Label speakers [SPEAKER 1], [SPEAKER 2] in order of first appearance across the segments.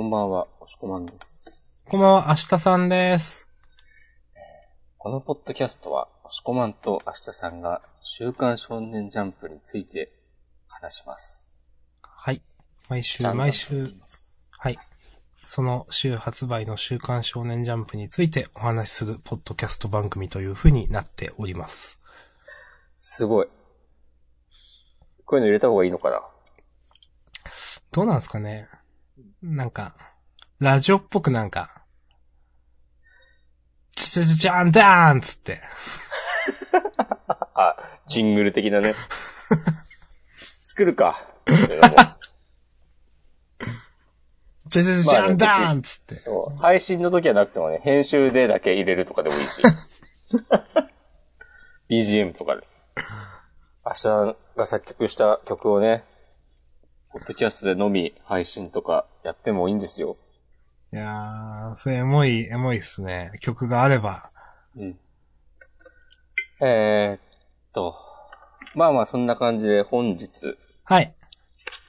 [SPEAKER 1] んばんは、おしこまんです。
[SPEAKER 2] こんばんは、明日さんです。
[SPEAKER 1] このポッドキャストは、おしこまんと明日さんが、週刊少年ジャンプについて話します。
[SPEAKER 2] はい。毎週
[SPEAKER 1] ジャンダン
[SPEAKER 2] 毎
[SPEAKER 1] と言
[SPEAKER 2] 週
[SPEAKER 1] い、ます
[SPEAKER 2] はい。その週発売の週刊少年ジャンプについてお話しするポッドキャスト番組という風になっております。
[SPEAKER 1] すごい。こういうの入れた方がいいのかな
[SPEAKER 2] どうなんですかねなんか、ラジオっぽくなんか、ちちちちゃんだーんつって。
[SPEAKER 1] あ、ジングル的な ね。作るか。それはも
[SPEAKER 2] ちちちちゃんだーんつって
[SPEAKER 1] う。そう配信の時はなくてもね、編集でだけ入れるとかでもいい し。BGM とかで。明日が作曲した曲をね、ポッドキャストでのみ配信とかやってもいいんですよ。
[SPEAKER 2] いやー、それエモい、エモいっすね。曲があれば。
[SPEAKER 1] うん。えー、っと。まあまあそんな感じで本日、
[SPEAKER 2] はい。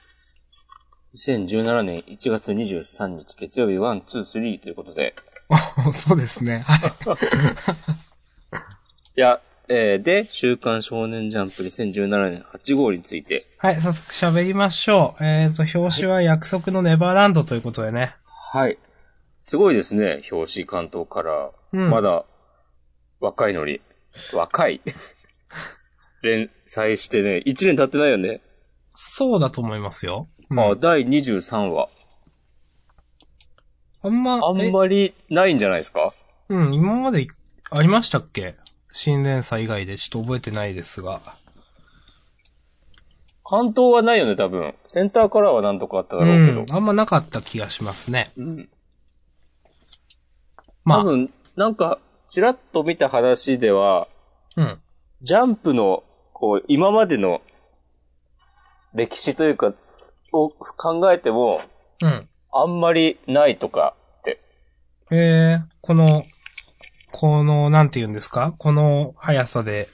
[SPEAKER 1] 2017年1月23日月曜日1、2、3ということで、
[SPEAKER 2] そうですね。はい。
[SPEAKER 1] いや、えー、で、週刊少年ジャンプ2017年8号について。
[SPEAKER 2] はい、早速喋りましょう。えっ、と、表紙は約束のネバーランドということでね。
[SPEAKER 1] はい。すごいですね、表紙関東から。
[SPEAKER 2] うん
[SPEAKER 1] まだ、若いのに。若 い連載してね、1年経ってないよね。
[SPEAKER 2] そうだと思いますよ。うん
[SPEAKER 1] まあ、第23話。
[SPEAKER 2] あんま、
[SPEAKER 1] あん
[SPEAKER 2] え
[SPEAKER 1] まりないんじゃないですか
[SPEAKER 2] うん、今までありましたっけ新連載以外でちょっと覚えてないですが。
[SPEAKER 1] 関東はないよね、多分。センターからはなんとかあっただ
[SPEAKER 2] う
[SPEAKER 1] ろうけど
[SPEAKER 2] ん、。あんまなかった気がしますね。
[SPEAKER 1] うん。
[SPEAKER 2] ま
[SPEAKER 1] 多分、なんか、ちらっと見た話では、
[SPEAKER 2] あ、うん。
[SPEAKER 1] ジャンプの、こう、今までの歴史というか、を考えても、
[SPEAKER 2] うん。
[SPEAKER 1] あんまりないとかって。
[SPEAKER 2] えー、この、この、なんて言うんですかこの速さで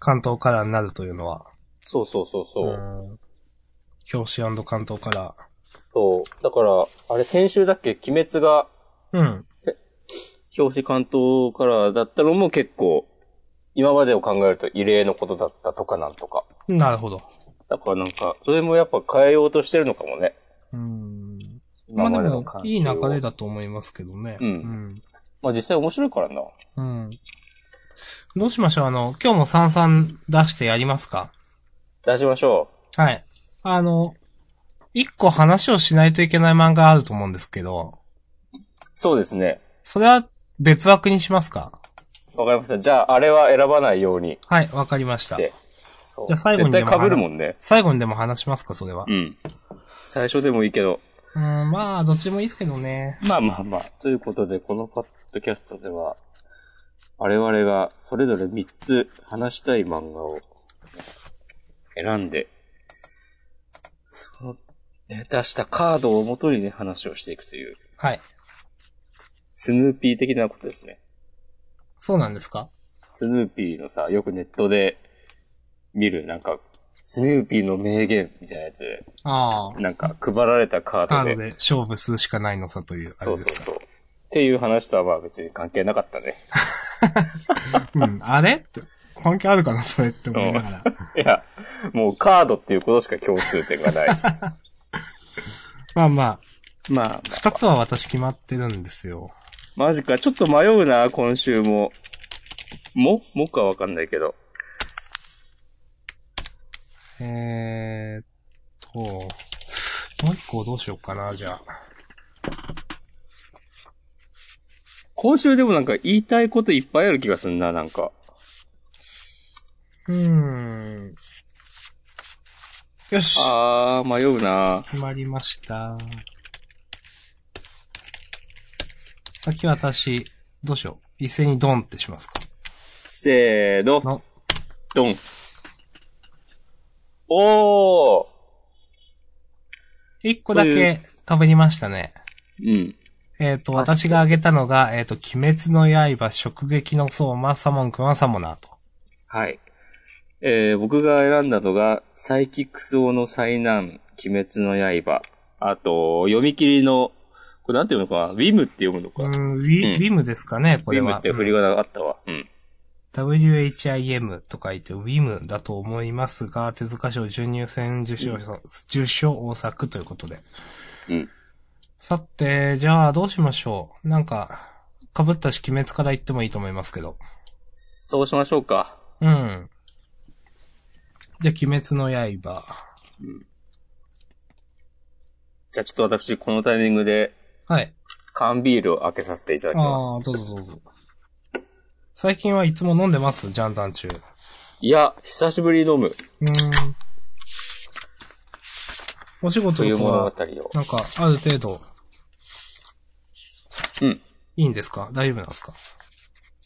[SPEAKER 2] 関東カラーになるというのは。
[SPEAKER 1] そうそうそうそう。
[SPEAKER 2] うん表紙関東カラ
[SPEAKER 1] そう。だから、あれ先週だっけ鬼滅が
[SPEAKER 2] ー。うん。
[SPEAKER 1] 表紙関東からだったのも結構、今までを考えると異例のことだったとかなんとか。
[SPEAKER 2] なるほど。
[SPEAKER 1] だからなんか、それもやっぱ変えようとしてるのかもね。
[SPEAKER 2] うん。ま
[SPEAKER 1] 今
[SPEAKER 2] あで
[SPEAKER 1] までの
[SPEAKER 2] も
[SPEAKER 1] 慣、習を
[SPEAKER 2] いい流れ。だと思いますけどね。
[SPEAKER 1] うんまあ実際面白いからな。
[SPEAKER 2] うん。うん。どうしましょうあの、今日も三々出してやりますか
[SPEAKER 1] 出しましょ
[SPEAKER 2] はい。あの、一個話をしないといけない漫画あると思うんですけど、
[SPEAKER 1] う。そうですね。
[SPEAKER 2] それは別枠にしますか
[SPEAKER 1] わかりました。じゃあ、あれは選ばないように
[SPEAKER 2] はい、わかりました
[SPEAKER 1] し。て。そう
[SPEAKER 2] じゃあ最後にでも
[SPEAKER 1] 絶対被るもんね。
[SPEAKER 2] 最後にでも話しますかそれは。
[SPEAKER 1] うん。最初でもいいけど。
[SPEAKER 2] うん、まあ、どっちでもいいですけどね。
[SPEAKER 1] まあまあまあ。ということで、このパッドキャストでは、我々がそれぞれ3つ話したい漫画を選んで、その、ね出したカードを元にね、話をしていくという、
[SPEAKER 2] はい。
[SPEAKER 1] スヌーピー的なことですね。
[SPEAKER 2] そうなんですか
[SPEAKER 1] スヌーピーのさ、よくネットで見る、なんか、スヌーピーの名言みたいなやつ、
[SPEAKER 2] ああ。
[SPEAKER 1] なんか配られたカードで。
[SPEAKER 2] カードで勝負するしかないのさという、あ
[SPEAKER 1] そ
[SPEAKER 2] れ
[SPEAKER 1] う
[SPEAKER 2] です
[SPEAKER 1] そうそ
[SPEAKER 2] か。
[SPEAKER 1] う。っていう話とはまあ別に関係なかったね。
[SPEAKER 2] うん、あれって関係あるかなそれって思いながら。
[SPEAKER 1] いや、もうカードっていうことしか共通点がない。
[SPEAKER 2] まあまあ、
[SPEAKER 1] まあ、まあ
[SPEAKER 2] 二つは私決まってるんですよ。
[SPEAKER 1] マジか。ちょっと迷うな、今週も。ももかわかんないけど。
[SPEAKER 2] えーっと、もう一個どうしようかな、じゃあ。
[SPEAKER 1] 今週でもなんか言いたいこといっぱいある気がすんな、なんか。
[SPEAKER 2] うーん。よし
[SPEAKER 1] あー、迷うな。
[SPEAKER 2] 決まりました。さっき私、どうしよう。一斉にドンってしますか。
[SPEAKER 1] せーの、
[SPEAKER 2] の、
[SPEAKER 1] ドン。おー
[SPEAKER 2] 一個だ
[SPEAKER 1] とい
[SPEAKER 2] け被りましたね。
[SPEAKER 1] うん。
[SPEAKER 2] えっ、と、私が挙げたのが、えっ、と、鬼滅の刃、食撃の相馬、サモン君はサモナーと。
[SPEAKER 1] はい。えー、僕が選んだのが、サイキックス王の災難、鬼滅の刃。あと、読み切りのこれなんて読むのかなウィムって読むの
[SPEAKER 2] う
[SPEAKER 1] か。
[SPEAKER 2] ん、
[SPEAKER 1] うん
[SPEAKER 2] ウィ、ウィムですかね、こ
[SPEAKER 1] ウィ
[SPEAKER 2] れ
[SPEAKER 1] ム
[SPEAKER 2] は。
[SPEAKER 1] って振り仮名があったわ。うん。
[SPEAKER 2] WHIM と書いて WIM だと思いますが、手塚賞準入選受賞、受賞作ということで。
[SPEAKER 1] うん。
[SPEAKER 2] さて、じゃあどうしましょうなんか、被ったし鬼滅から言ってもいいと思いますけど。
[SPEAKER 1] そうしましょうか。
[SPEAKER 2] うん。じゃあ、鬼滅の刃。
[SPEAKER 1] じゃあちょっと私、このタイミングで、
[SPEAKER 2] はい。
[SPEAKER 1] 缶ビールを開けさせていただきま
[SPEAKER 2] ああ、
[SPEAKER 1] す
[SPEAKER 2] ど。うぞどうぞ。最近はいつも飲んでますジャンダン中。う
[SPEAKER 1] いや、久しぶりに飲む。
[SPEAKER 2] ーん。お仕事
[SPEAKER 1] とい
[SPEAKER 2] と
[SPEAKER 1] う
[SPEAKER 2] か
[SPEAKER 1] 物
[SPEAKER 2] は
[SPEAKER 1] 語、を。
[SPEAKER 2] なんか、ある程度、
[SPEAKER 1] うん。
[SPEAKER 2] いいんですか大丈夫なんですか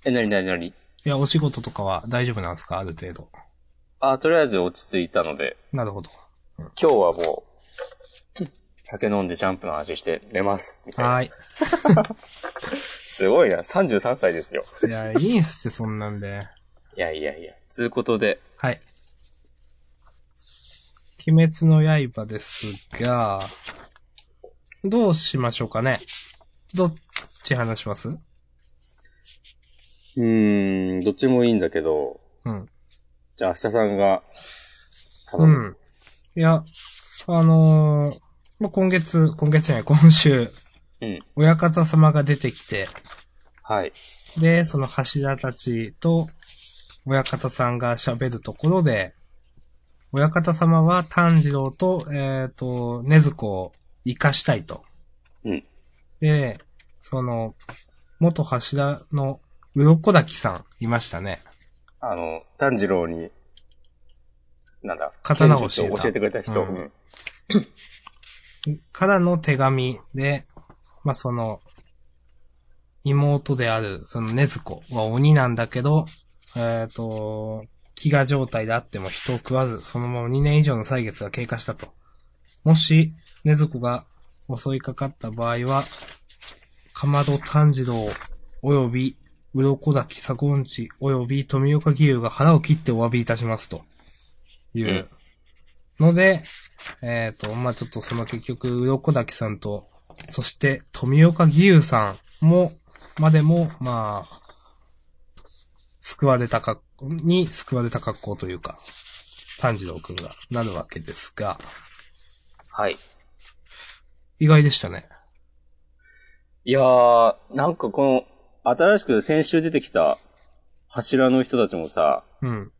[SPEAKER 1] え、なになになに
[SPEAKER 2] いや、お仕事とかは大丈夫なんですかある程度。
[SPEAKER 1] あ、とりあえず落ち着いたので、
[SPEAKER 2] なるほど。
[SPEAKER 1] 今日はもう、酒飲んでジャンプの味して寝ます。みたいな。
[SPEAKER 2] はい。
[SPEAKER 1] すごいな、33歳ですよ。
[SPEAKER 2] いや、いいんすって、そんなんで。
[SPEAKER 1] いやいやいや。つうことで、
[SPEAKER 2] はい。鬼滅の刃ですが、どうしましょうかねどっち話します
[SPEAKER 1] うーん、どっちもいいんだけど、
[SPEAKER 2] うん。
[SPEAKER 1] じゃあ明日さんが、頼
[SPEAKER 2] う
[SPEAKER 1] む。
[SPEAKER 2] ん。いや、あのーまあ、今月、今月じゃない、今週、
[SPEAKER 1] うん。
[SPEAKER 2] 親方様が出てきて、
[SPEAKER 1] はい。
[SPEAKER 2] で、その柱たちと、親方さんが喋るところで、親方様は炭治郎と、えっ、と、禰豆子を生かしたいと。
[SPEAKER 1] うん。
[SPEAKER 2] で、その、元柱の鱗滝さん、いましたね。
[SPEAKER 1] あの、炭治郎に、なんだ、
[SPEAKER 2] 刀を教えた
[SPEAKER 1] 剣術教えてくれた人。
[SPEAKER 2] うん
[SPEAKER 1] うん
[SPEAKER 2] からの手紙で、まあ、その、妹である、その禰豆子は鬼なんだけど、えっ、と、飢餓状態であっても人を食わず、そのまま2年以上の歳月が経過したと。もし、禰豆子が襲いかかった場合は、かまど炭治郎、および、鱗滝左近地、および富岡義勇が腹を切ってお詫びいたしますと。いう。
[SPEAKER 1] うん
[SPEAKER 2] ので、えっ、と、まあ、ちょっとその結局、鱗滝さんと、そして、富岡義勇さんも、までも、まあ、救われた格好、に救われた格好というか、炭治郎くんがなるわけですが、
[SPEAKER 1] はい。
[SPEAKER 2] 意外でしたね。
[SPEAKER 1] いやー、なんかこの、新しく先週出てきた柱の人たちもさ、
[SPEAKER 2] うん。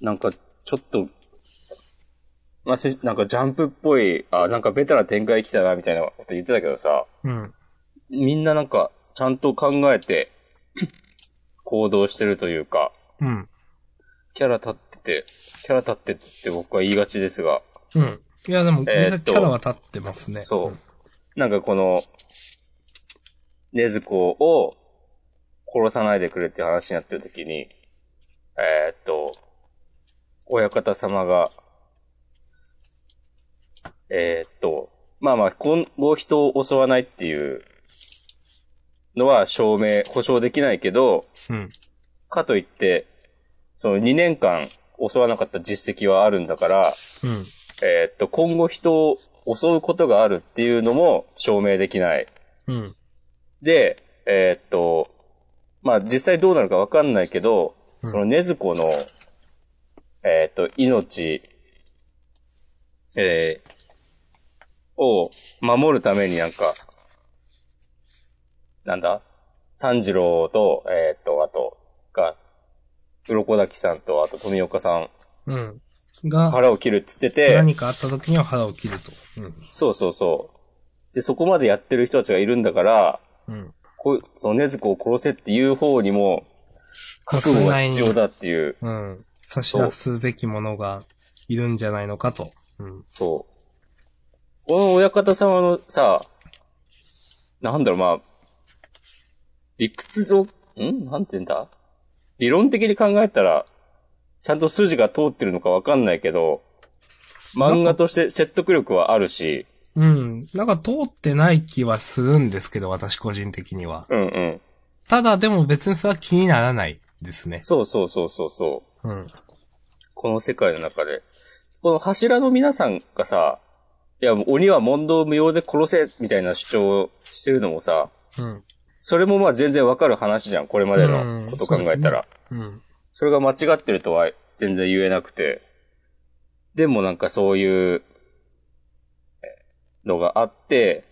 [SPEAKER 1] なんかちょっと、まあ、せなんかジャンプっぽい、あ、なんかベタな展開来たな、みたいなこと言ってたけどさ、
[SPEAKER 2] うん。
[SPEAKER 1] みんななんかちゃんと考えて、行動してるというか、
[SPEAKER 2] うん。
[SPEAKER 1] キャラ立ってて、キャラ立ってって僕は言いがちですが、
[SPEAKER 2] うん。いや、でも、
[SPEAKER 1] え
[SPEAKER 2] 実
[SPEAKER 1] ーっ
[SPEAKER 2] 際
[SPEAKER 1] と
[SPEAKER 2] キャラは立ってますね。
[SPEAKER 1] そう。なんかこの、ねずこを殺さないでくれっていう話になってる時に、えーっと、親方様が、えーっと、まあまあ、今後人を襲わないっていうのは証明、保証できないけど、
[SPEAKER 2] うん。
[SPEAKER 1] かといって、その2年間襲わなかった実績はあるんだから、
[SPEAKER 2] うん。
[SPEAKER 1] えーっと、今後人を襲うことがあるっていうのも証明できない。
[SPEAKER 2] うん。
[SPEAKER 1] で、えーっと、まあ、実際どうなるかわかんないけど、
[SPEAKER 2] うん
[SPEAKER 1] そのねずこの、えーっと、命、えーを守るためになんか、なんだ炭治郎と、えーっと、あと、が、鱗滝さんと、あと富岡さん、
[SPEAKER 2] うん。が、
[SPEAKER 1] 腹を切るっつってて、
[SPEAKER 2] 何かあった時には腹を切ると。
[SPEAKER 1] そうそうそう。で、そこまでやってる人たちがいるんだから、
[SPEAKER 2] うん。うん。
[SPEAKER 1] こうその禰豆子を殺せっていう方にも、覚悟が必要だっていう、
[SPEAKER 2] うん。差し出すべきものがいるんじゃないのかと。うん。
[SPEAKER 1] そう。この親方様のさ、なんだろう、まあ、理屈を、んなんて言うんだ理論的に考えたら、ちゃんと筋が通ってるのかわかんないけど、漫画として説得力はあるし、
[SPEAKER 2] うん。なんか通ってない気はするんですけど、私個人的には。
[SPEAKER 1] うんうん。
[SPEAKER 2] ただでも別にそれは気にならないですね。
[SPEAKER 1] そうそうそうそうそう。
[SPEAKER 2] うん。
[SPEAKER 1] この世界の中で。この柱の皆さんがさ、いや、もう鬼は問答無用で殺せ、みたいな主張をしてるのもさ、
[SPEAKER 2] うん。
[SPEAKER 1] それもまあ全然わかる話じゃん、これまでのこと考えたら。
[SPEAKER 2] うん。
[SPEAKER 1] それが間違ってるとは全然言えなくて。でもなんかそういうえのがあって、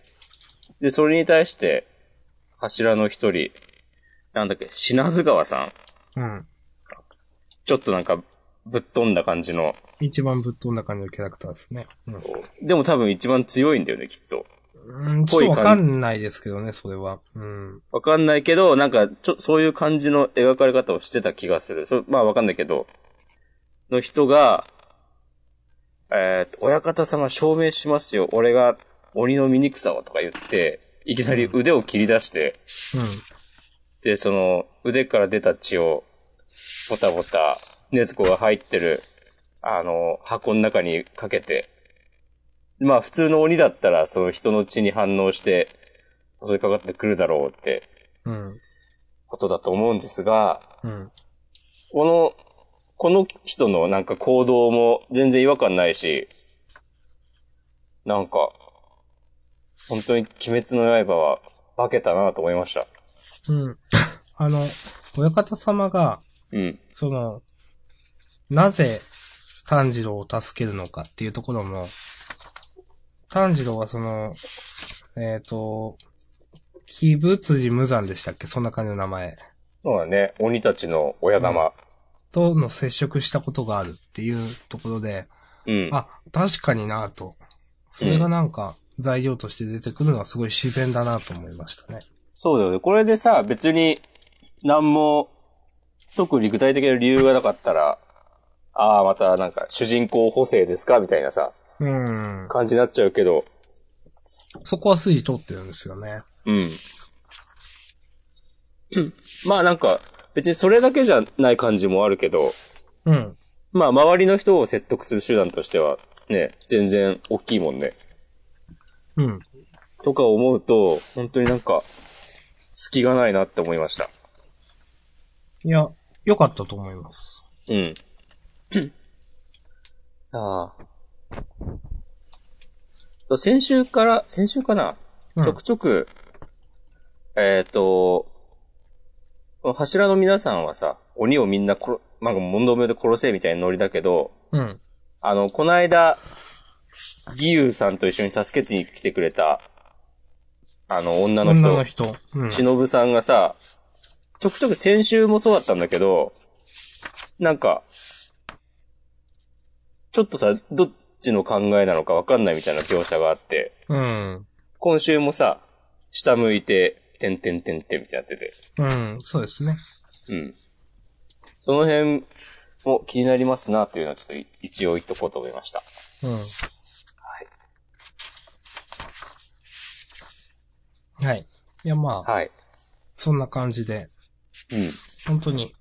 [SPEAKER 1] で、それに対して、柱の一人、なんだっけ、品津川さん。
[SPEAKER 2] うん。
[SPEAKER 1] ちょっとなんか、ぶっ飛んだ感じの。
[SPEAKER 2] 一番ぶっ飛んだ感じのキャラクターですね。うん
[SPEAKER 1] でも多分一番強いんだよね、きっと。
[SPEAKER 2] うん、ちょっとわかんないですけどね、それは。うん。
[SPEAKER 1] わかんないけど、なんか、ちょ、そういう感じの描かれ方をしてた気がする。そまあわかんないけど、の人が、えーと、親方様証明しますよ。俺が鬼の醜さをとか言って、いきなり腕を切り出して、で、その、腕から出た血を、ボタボタ、禰豆子が入ってる、あの、箱の中にかけて、まあ普通の鬼だったら、その人の血に反応して、襲いかかってくるだろうって
[SPEAKER 2] うん。うん。
[SPEAKER 1] ことだと思うんですが、
[SPEAKER 2] うん。
[SPEAKER 1] この、この人のなんか行動も全然違和感ないし、なんか、本当に鬼滅の刃は化けたなと思いました。
[SPEAKER 2] うん。 あの、親方様が、
[SPEAKER 1] うん。
[SPEAKER 2] その、なぜ炭治郎を助けるのかっていうところも、炭治郎はその、えっ、と、鬼仏寺無惨でしたっけそんな感じの名前。
[SPEAKER 1] そうだね。鬼たちの親玉。
[SPEAKER 2] との接触したことがあるっていうところで、
[SPEAKER 1] うん。
[SPEAKER 2] あ、確かになぁと。それがなんか材料として出てくるのはすごい自然だなと思いましたね。
[SPEAKER 1] そうだよね。これでさ、別に、何も、特に具体的な理由がなかったら、ああ、またなんか、主人公補正ですかみたいなさ、
[SPEAKER 2] うん。
[SPEAKER 1] 感じになっちゃうけど、
[SPEAKER 2] そこは筋通ってるんですよね。
[SPEAKER 1] うん。まあなん か、別にそれだけじゃない感じもあるけど、
[SPEAKER 2] うん。
[SPEAKER 1] まあ周りの人を説得する手段としては、ね、全然大きいもんね。
[SPEAKER 2] うん。
[SPEAKER 1] とか思うと、本当になんか、隙がないなって思いました。
[SPEAKER 2] いや、良かったと思います。
[SPEAKER 1] うん。ああ。先週から、先週かな、
[SPEAKER 2] うん
[SPEAKER 1] ちょくちょく、えっ、と、柱の皆さんはさ、鬼をみんな殺、なんか問答無用で殺せみたいなノリだけど、
[SPEAKER 2] うん。
[SPEAKER 1] あの、この間、義勇さんと一緒に助けに来てくれた、あの、女の
[SPEAKER 2] 女の
[SPEAKER 1] 人、
[SPEAKER 2] 人。うん。
[SPEAKER 1] 忍さんがさ、ちょくちょく先週もそうだったんだけど、なんか、ちょっとさ、どっちの考えなのかわかんないみたいな描写があって、
[SPEAKER 2] うん。
[SPEAKER 1] 今週もさ、下向いて、てんてんてんてんみたいになってて。
[SPEAKER 2] うん。そうですね。
[SPEAKER 1] うん。その辺も気になりますな、というのはちょっとい一応言っとこうと思いました。
[SPEAKER 2] うん。はい。いや、まあ、
[SPEAKER 1] はい。
[SPEAKER 2] そんな感じで、
[SPEAKER 1] うん。
[SPEAKER 2] 本当に、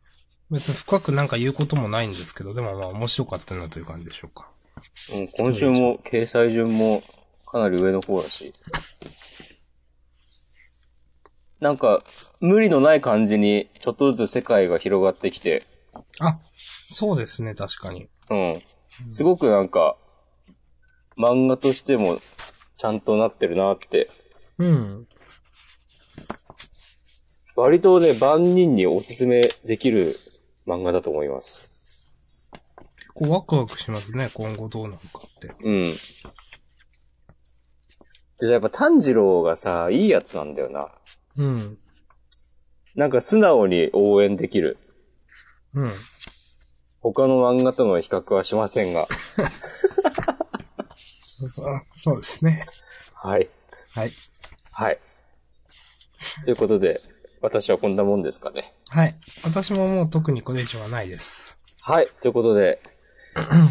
[SPEAKER 2] 別に深くなんか言うこともないんですけど、でもまあ面白かったなという感じでしょうか。
[SPEAKER 1] うん、今週も掲載順もかなり上の方だし。なんか、無理のない感じに、ちょっとずつ世界が広がってきて、
[SPEAKER 2] あ、そうですね、確かに。
[SPEAKER 1] うん。すごくなんか、漫画としても、ちゃんとなってるなって。
[SPEAKER 2] うん。
[SPEAKER 1] 割とね、万人におすすめできる漫画だと思います。
[SPEAKER 2] 結構ワクワクしますね、今後どうなるかって。
[SPEAKER 1] うん。で、やっぱ炭治郎がさ、いいやつなんだよな。
[SPEAKER 2] うん。
[SPEAKER 1] なんか素直に応援できる。
[SPEAKER 2] うん。
[SPEAKER 1] 他の漫画との比較はしません が。
[SPEAKER 2] そそうですね。
[SPEAKER 1] はい。
[SPEAKER 2] はい。
[SPEAKER 1] はい。ということで、私はこんなもんですかね。
[SPEAKER 2] はい。私ももう特にこれ以上はないです。
[SPEAKER 1] はい。ということ で、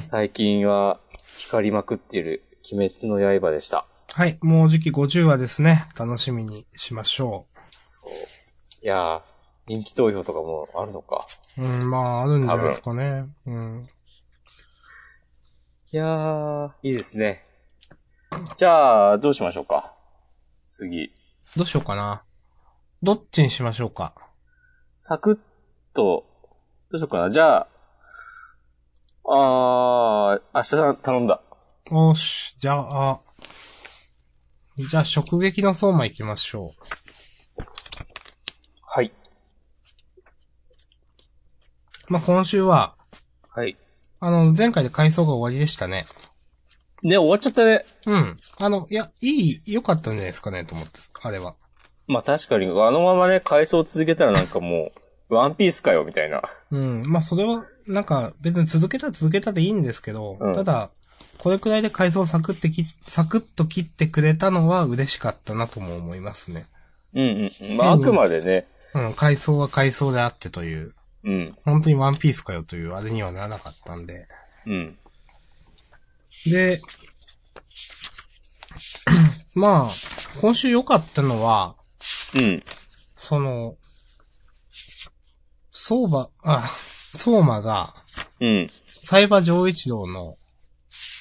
[SPEAKER 1] 最近は光りまくっている鬼滅の刃でした。
[SPEAKER 2] はい。もうじき50話ですね。楽しみにしましょ
[SPEAKER 1] そういやー、人気投票とかもあるのか。
[SPEAKER 2] う。うん、まあ、あるんじゃないですかね。うん。
[SPEAKER 1] いやー、いいですね。じゃあ、どうしましょうか。次。
[SPEAKER 2] どうしようかな。どっちにしましょうか。
[SPEAKER 1] サクッと、どうしようかな。じゃあ、あー、明日さん頼んだ。
[SPEAKER 2] よし、じゃあ、じゃあ、直撃の相馬行きましょう。
[SPEAKER 1] はい。
[SPEAKER 2] まあ、今週は、
[SPEAKER 1] はい。
[SPEAKER 2] あの、前回で回想が終わりでしたね。
[SPEAKER 1] ね、終わっちゃったね。
[SPEAKER 2] うん。あの、いや、いい、良かったんじゃないですかね、と思って、あれは。
[SPEAKER 1] まあ確かに、あのままね、回想を続けたらなんかもう、ワンピースかよ、みたいな。
[SPEAKER 2] うん。まあ、それは、なんか、別に続けたら続けたでいいんですけど、
[SPEAKER 1] うん
[SPEAKER 2] ただ、これくらいで回想をサクってき、サクッと切ってくれたのは嬉しかったなとも思いますね。
[SPEAKER 1] うんうん。まああくまでね、
[SPEAKER 2] うん、回想は回想であってという、
[SPEAKER 1] うん、
[SPEAKER 2] 本当にワンピースかよというあれにはならなかったんで。
[SPEAKER 1] うん。
[SPEAKER 2] で、 まあ、今週良かったのは、
[SPEAKER 1] うん。
[SPEAKER 2] その、相馬、あ、相馬が、
[SPEAKER 1] うん。
[SPEAKER 2] サイバ上一郎の、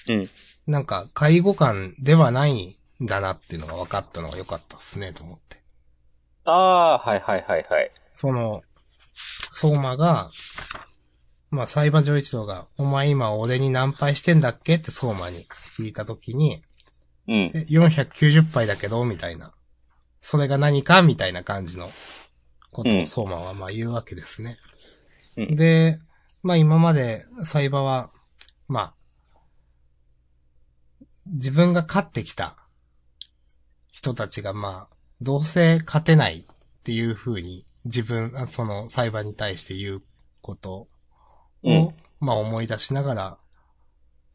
[SPEAKER 1] うん。
[SPEAKER 2] なんか、介護官ではないんだなっていうのが分かったのが良かったっすね、と思って。
[SPEAKER 1] ああ、はいはいはいはい。
[SPEAKER 2] その、相馬が、まあ、サイバ上一郎が、お前今俺に何杯してんだっけって相馬に聞いたときに、
[SPEAKER 1] うん。
[SPEAKER 2] え490杯だけど、みたいな。それが何か、みたいな感じのこと
[SPEAKER 1] う
[SPEAKER 2] を
[SPEAKER 1] ん
[SPEAKER 2] 相馬はまあ言うわけですね。
[SPEAKER 1] うん
[SPEAKER 2] で、まあ今までサイバは、まあ、自分が勝ってきた人たちがまあ、どうせ勝てないっていう風に自分、あそのサイバに対して言うことを、
[SPEAKER 1] うん。
[SPEAKER 2] まあ思い出しながら、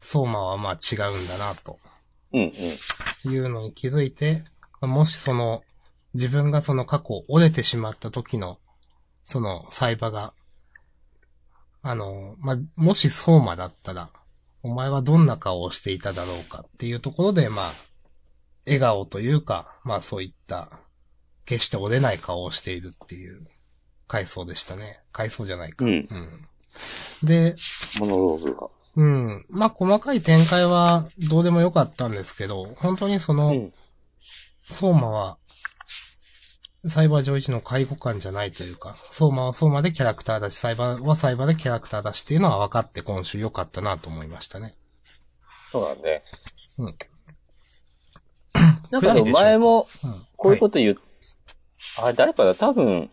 [SPEAKER 2] 相馬はまあ違うんだなと。
[SPEAKER 1] うん。うん。
[SPEAKER 2] いうのに気づいて、もしその、自分がその過去折れてしまった時の、その、サイバが、あの、まあ、もし相馬だったら、お前はどんな顔をしていただろうかっていうところで、まあ、笑顔というか、まあそういった、決して折れない顔をしているっていう、回想でしたね。回想じゃないか。
[SPEAKER 1] うん
[SPEAKER 2] うん、で、
[SPEAKER 1] モノローグが。
[SPEAKER 2] うん。まあ、細かい展開はどうでもよかったんですけど、本当にその、
[SPEAKER 1] うん。
[SPEAKER 2] 相馬は、サイバー上一の介護官じゃないというか、相馬は相馬でキャラクターだし、サイバーはサイバーでキャラクターだしっていうのは分かって今週良かったなと思いましたね。
[SPEAKER 1] そうだね。
[SPEAKER 2] うん。
[SPEAKER 1] なんかでも前も、
[SPEAKER 2] うん。、
[SPEAKER 1] こういうことと言う、あれ誰かな多分、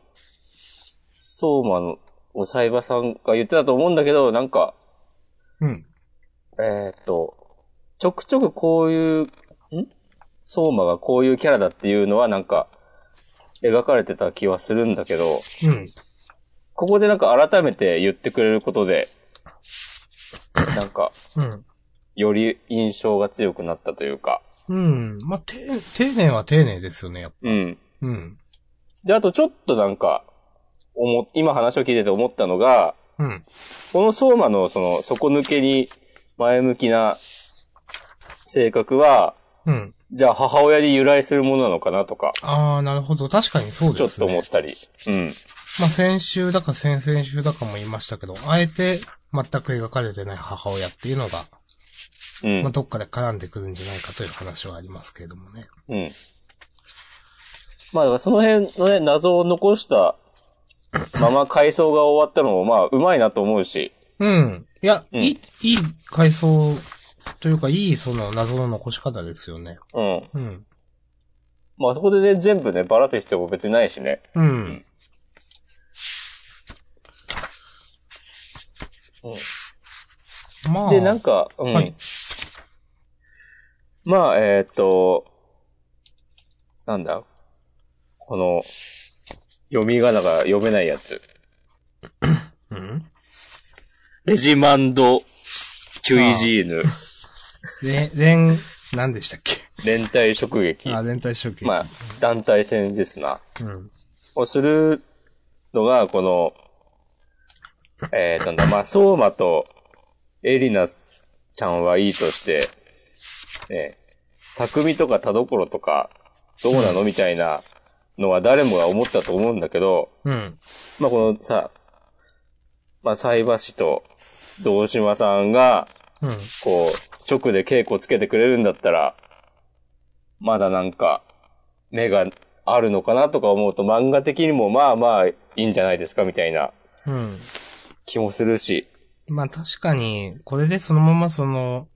[SPEAKER 1] 相馬の、お裁判さんが言ってたと思うんだけど、なんか、
[SPEAKER 2] うん。
[SPEAKER 1] えーっと、ちょくちょくこういう、ん相馬がこういうキャラだっていうのはなんか、描かれてた気はするんだけど、
[SPEAKER 2] うん。
[SPEAKER 1] ここでなんか改めて言ってくれることで、なんか、
[SPEAKER 2] うん。
[SPEAKER 1] より印象が強くなったというか。
[SPEAKER 2] うん。まあ、て、丁寧は丁寧ですよね、やっぱ。
[SPEAKER 1] うん。
[SPEAKER 2] うん。
[SPEAKER 1] で、あとちょっとなんか、思、今話を聞いてて思ったのが、
[SPEAKER 2] うん。
[SPEAKER 1] この相馬のその底抜けに前向きな性格は、
[SPEAKER 2] うん。
[SPEAKER 1] じゃあ母親に由来するものなのかなとか、
[SPEAKER 2] あー、なるほど。確かにそう
[SPEAKER 1] ちょ
[SPEAKER 2] で
[SPEAKER 1] っ
[SPEAKER 2] す
[SPEAKER 1] と
[SPEAKER 2] ね。
[SPEAKER 1] 思ったり。うん。
[SPEAKER 2] まあ、先週だか先々週だかも言いましたけど、あえて全く描かれてない母親っていうのが、
[SPEAKER 1] うん
[SPEAKER 2] まあ、。どっかで絡んでくるんじゃないかという話はありますけれどもね。
[SPEAKER 1] うん。まあ、だからその辺のね、謎を残したまま回想が終わったのも、まあ、うまいなと思うし。
[SPEAKER 2] うん。いや、
[SPEAKER 1] うん
[SPEAKER 2] いい、いい回想というか、いいその謎の残し方ですよね。
[SPEAKER 1] うん。
[SPEAKER 2] うん。
[SPEAKER 1] まあ、そこでね、全部ね、ばらす必要も別にないしね。
[SPEAKER 2] うん。まあ。
[SPEAKER 1] で、なんか、うん。
[SPEAKER 2] はい
[SPEAKER 1] まあ、えーっと、なんだ、この、読み仮名が読めないやつ。
[SPEAKER 2] うん。
[SPEAKER 1] レジマンド・キュイジーヌ、
[SPEAKER 2] で、全、何でしたっけ
[SPEAKER 1] 連帯直撃。
[SPEAKER 2] あ、全体職
[SPEAKER 1] まあ、団体戦ですな。
[SPEAKER 2] うん。
[SPEAKER 1] をするのが、この、えー、なんだ、まあ、相馬とエリナちゃんはいいとして、ね、匠とか田所とか、どうなのみたいなのは誰もが思ったと思うんだけど、
[SPEAKER 2] うん。
[SPEAKER 1] まあ、このさ、まあ、菜箸と道島さんが、
[SPEAKER 2] うん。
[SPEAKER 1] こう、直で稽古つけてくれるんだったら、まだなんか、目があるのかなとか思うと漫画的にもまあまあいいんじゃないですかみたいな
[SPEAKER 2] うん。
[SPEAKER 1] 気もするし。
[SPEAKER 2] まあ確かに、これでそのままその、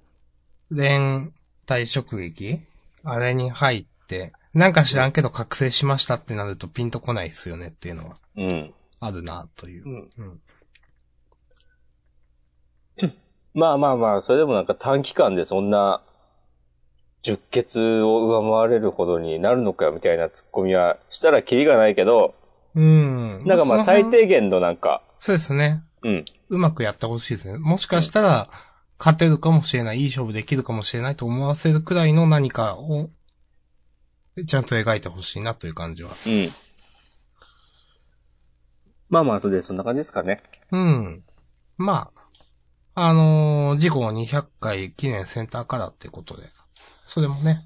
[SPEAKER 2] 連帯職撃あれに入っって、なんか知らんけど覚醒しましたってなるとピンとこないっすよねっていうのは
[SPEAKER 1] うん。
[SPEAKER 2] あるな、という。
[SPEAKER 3] うん。
[SPEAKER 2] うん。
[SPEAKER 1] まあまあまあ、それでもなんか短期間でそんな、十血を上回れるほどになるのかよみたいな突っ込みはしたらキリがないけど、
[SPEAKER 2] うん。
[SPEAKER 1] なんかまあ
[SPEAKER 2] その
[SPEAKER 1] 最
[SPEAKER 2] 辺。
[SPEAKER 1] 低限のなんか、
[SPEAKER 2] そうですね。
[SPEAKER 1] うん。
[SPEAKER 2] うまくやってほしいですね。もしかしたら、勝てるかもしれない、いい勝負できるかもしれないと思わせるくらいの何かを、ちゃんと描いてほしいなという感じは。
[SPEAKER 1] うん。まあまあ、それでそんな感じですかね。
[SPEAKER 2] うん。まあ、あのー、事故200回記念センターからっていうことで、それもね、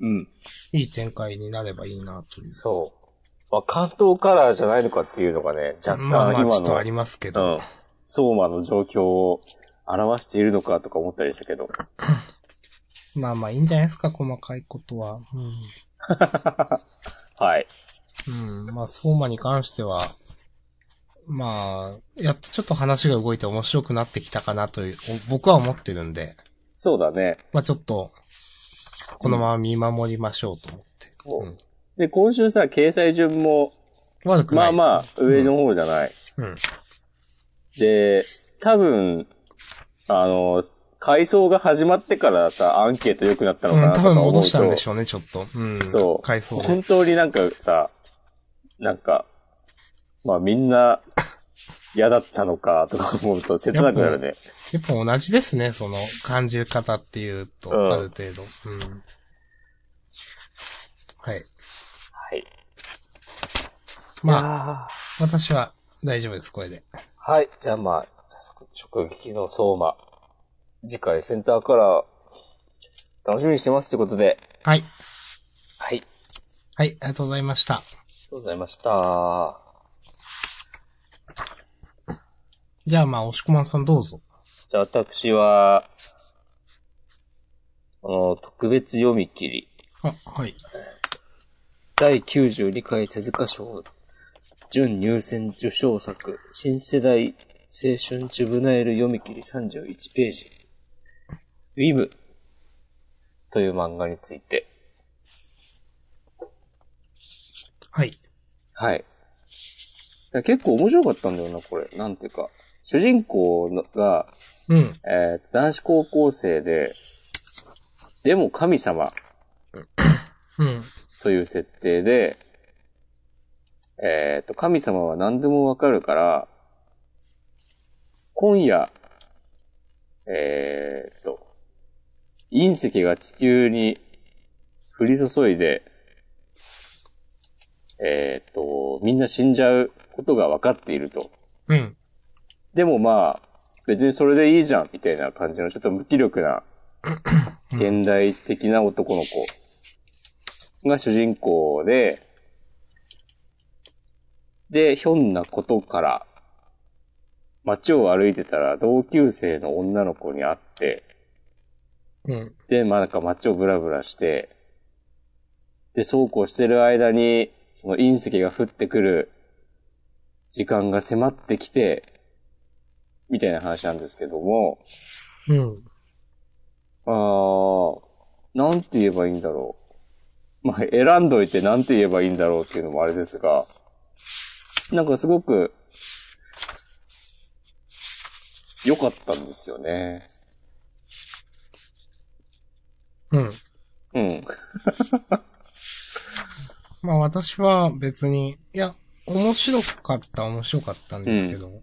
[SPEAKER 1] うん。
[SPEAKER 2] いい展開になればいいなという。
[SPEAKER 1] そう。まあ、関東カラーじゃないのかっていうのがね、若干今の、
[SPEAKER 2] まあまあ、ちょっとありますけど。
[SPEAKER 1] うん。相馬の状況を表しているのかとか思ったりしたけど。
[SPEAKER 2] まあまあ、いいんじゃないですか、細かいことは。
[SPEAKER 1] はい。
[SPEAKER 2] うん。うん。まあ、相馬に関しては、まあ、やっとちょっと話が動いて面白くなってきたかなという、お僕は思ってるんで、
[SPEAKER 1] そうだね。
[SPEAKER 2] まあちょっと、このまま見守りましょうと思って。
[SPEAKER 1] そう
[SPEAKER 2] うん
[SPEAKER 1] で、今週さ、掲載順も、
[SPEAKER 2] 悪く
[SPEAKER 1] ま
[SPEAKER 2] ない
[SPEAKER 1] あ
[SPEAKER 2] です、
[SPEAKER 1] まあ、上の方じゃない。
[SPEAKER 2] うん。うん。
[SPEAKER 1] で、多分、あの、改装が始まってからさ、アンケート良くなったのか
[SPEAKER 2] うん、
[SPEAKER 1] なと
[SPEAKER 2] 多
[SPEAKER 1] か
[SPEAKER 2] 分
[SPEAKER 1] 思うと、
[SPEAKER 2] 戻したんでしょうね、ちょっと。うん。
[SPEAKER 1] そう。
[SPEAKER 2] 回想で。
[SPEAKER 1] 本当になんかさ、なんか、まあみんな嫌だったのかとか思うと切なくなるね。
[SPEAKER 2] やっぱ同じですね、その感じ方っていうと、
[SPEAKER 1] うん
[SPEAKER 2] ある程度。うん。はい。
[SPEAKER 1] はい。
[SPEAKER 2] まあ、
[SPEAKER 1] あ。
[SPEAKER 2] 私は大丈夫です、これで。
[SPEAKER 1] はい。じゃあまあ、直撃の相馬。次回センターから楽しみにしてますということで。
[SPEAKER 2] はい。
[SPEAKER 1] はい。あり
[SPEAKER 2] はい、ありがとうございました。
[SPEAKER 1] がとうございました。は
[SPEAKER 2] じゃあまあ、押しこまんさんどうぞ。
[SPEAKER 1] じゃあ私は、あの、特別読み切り。
[SPEAKER 2] あ、はい。
[SPEAKER 1] 第92回手塚賞、準入選受賞作、新世代青春ジュブナイル読み切り31ページ、ウィブという漫画について、
[SPEAKER 2] はい。
[SPEAKER 1] はい。だから結構面白かったんだよな、これ。なんていうか。主人公のが、
[SPEAKER 2] うん。
[SPEAKER 1] えー男子高校生で、でも神様
[SPEAKER 2] うん。
[SPEAKER 1] という設定で、えっ、と、神様は何でもわかるから、今夜、えっ、と、隕石が地球に降り注いで、えっ、と、みんな死んじゃうことが分かっていると。
[SPEAKER 2] うん。
[SPEAKER 1] でもまあ、別にそれでいいじゃん、みたいな感じの、ちょっと無気力な、現代的な男の子が主人公で、で、ひょんなことから、街を歩いてたら同級生の女の子に会って、
[SPEAKER 2] うん。
[SPEAKER 1] で、まあなんか街をブラブラして、で、そうこうしてる間に、その隕石が降ってくる時間が迫ってきて、みたいな話なんですけども、
[SPEAKER 2] うん。
[SPEAKER 1] あー、なんて言えばいいんだろう。まあ、選んどいてなんて言えばいいんだろうっていうのもあれですが、なんかすごく、良かったんですよね。
[SPEAKER 2] うん。
[SPEAKER 1] うん。
[SPEAKER 2] まあ私は別に、いや、面白かった、面白かったんですけど、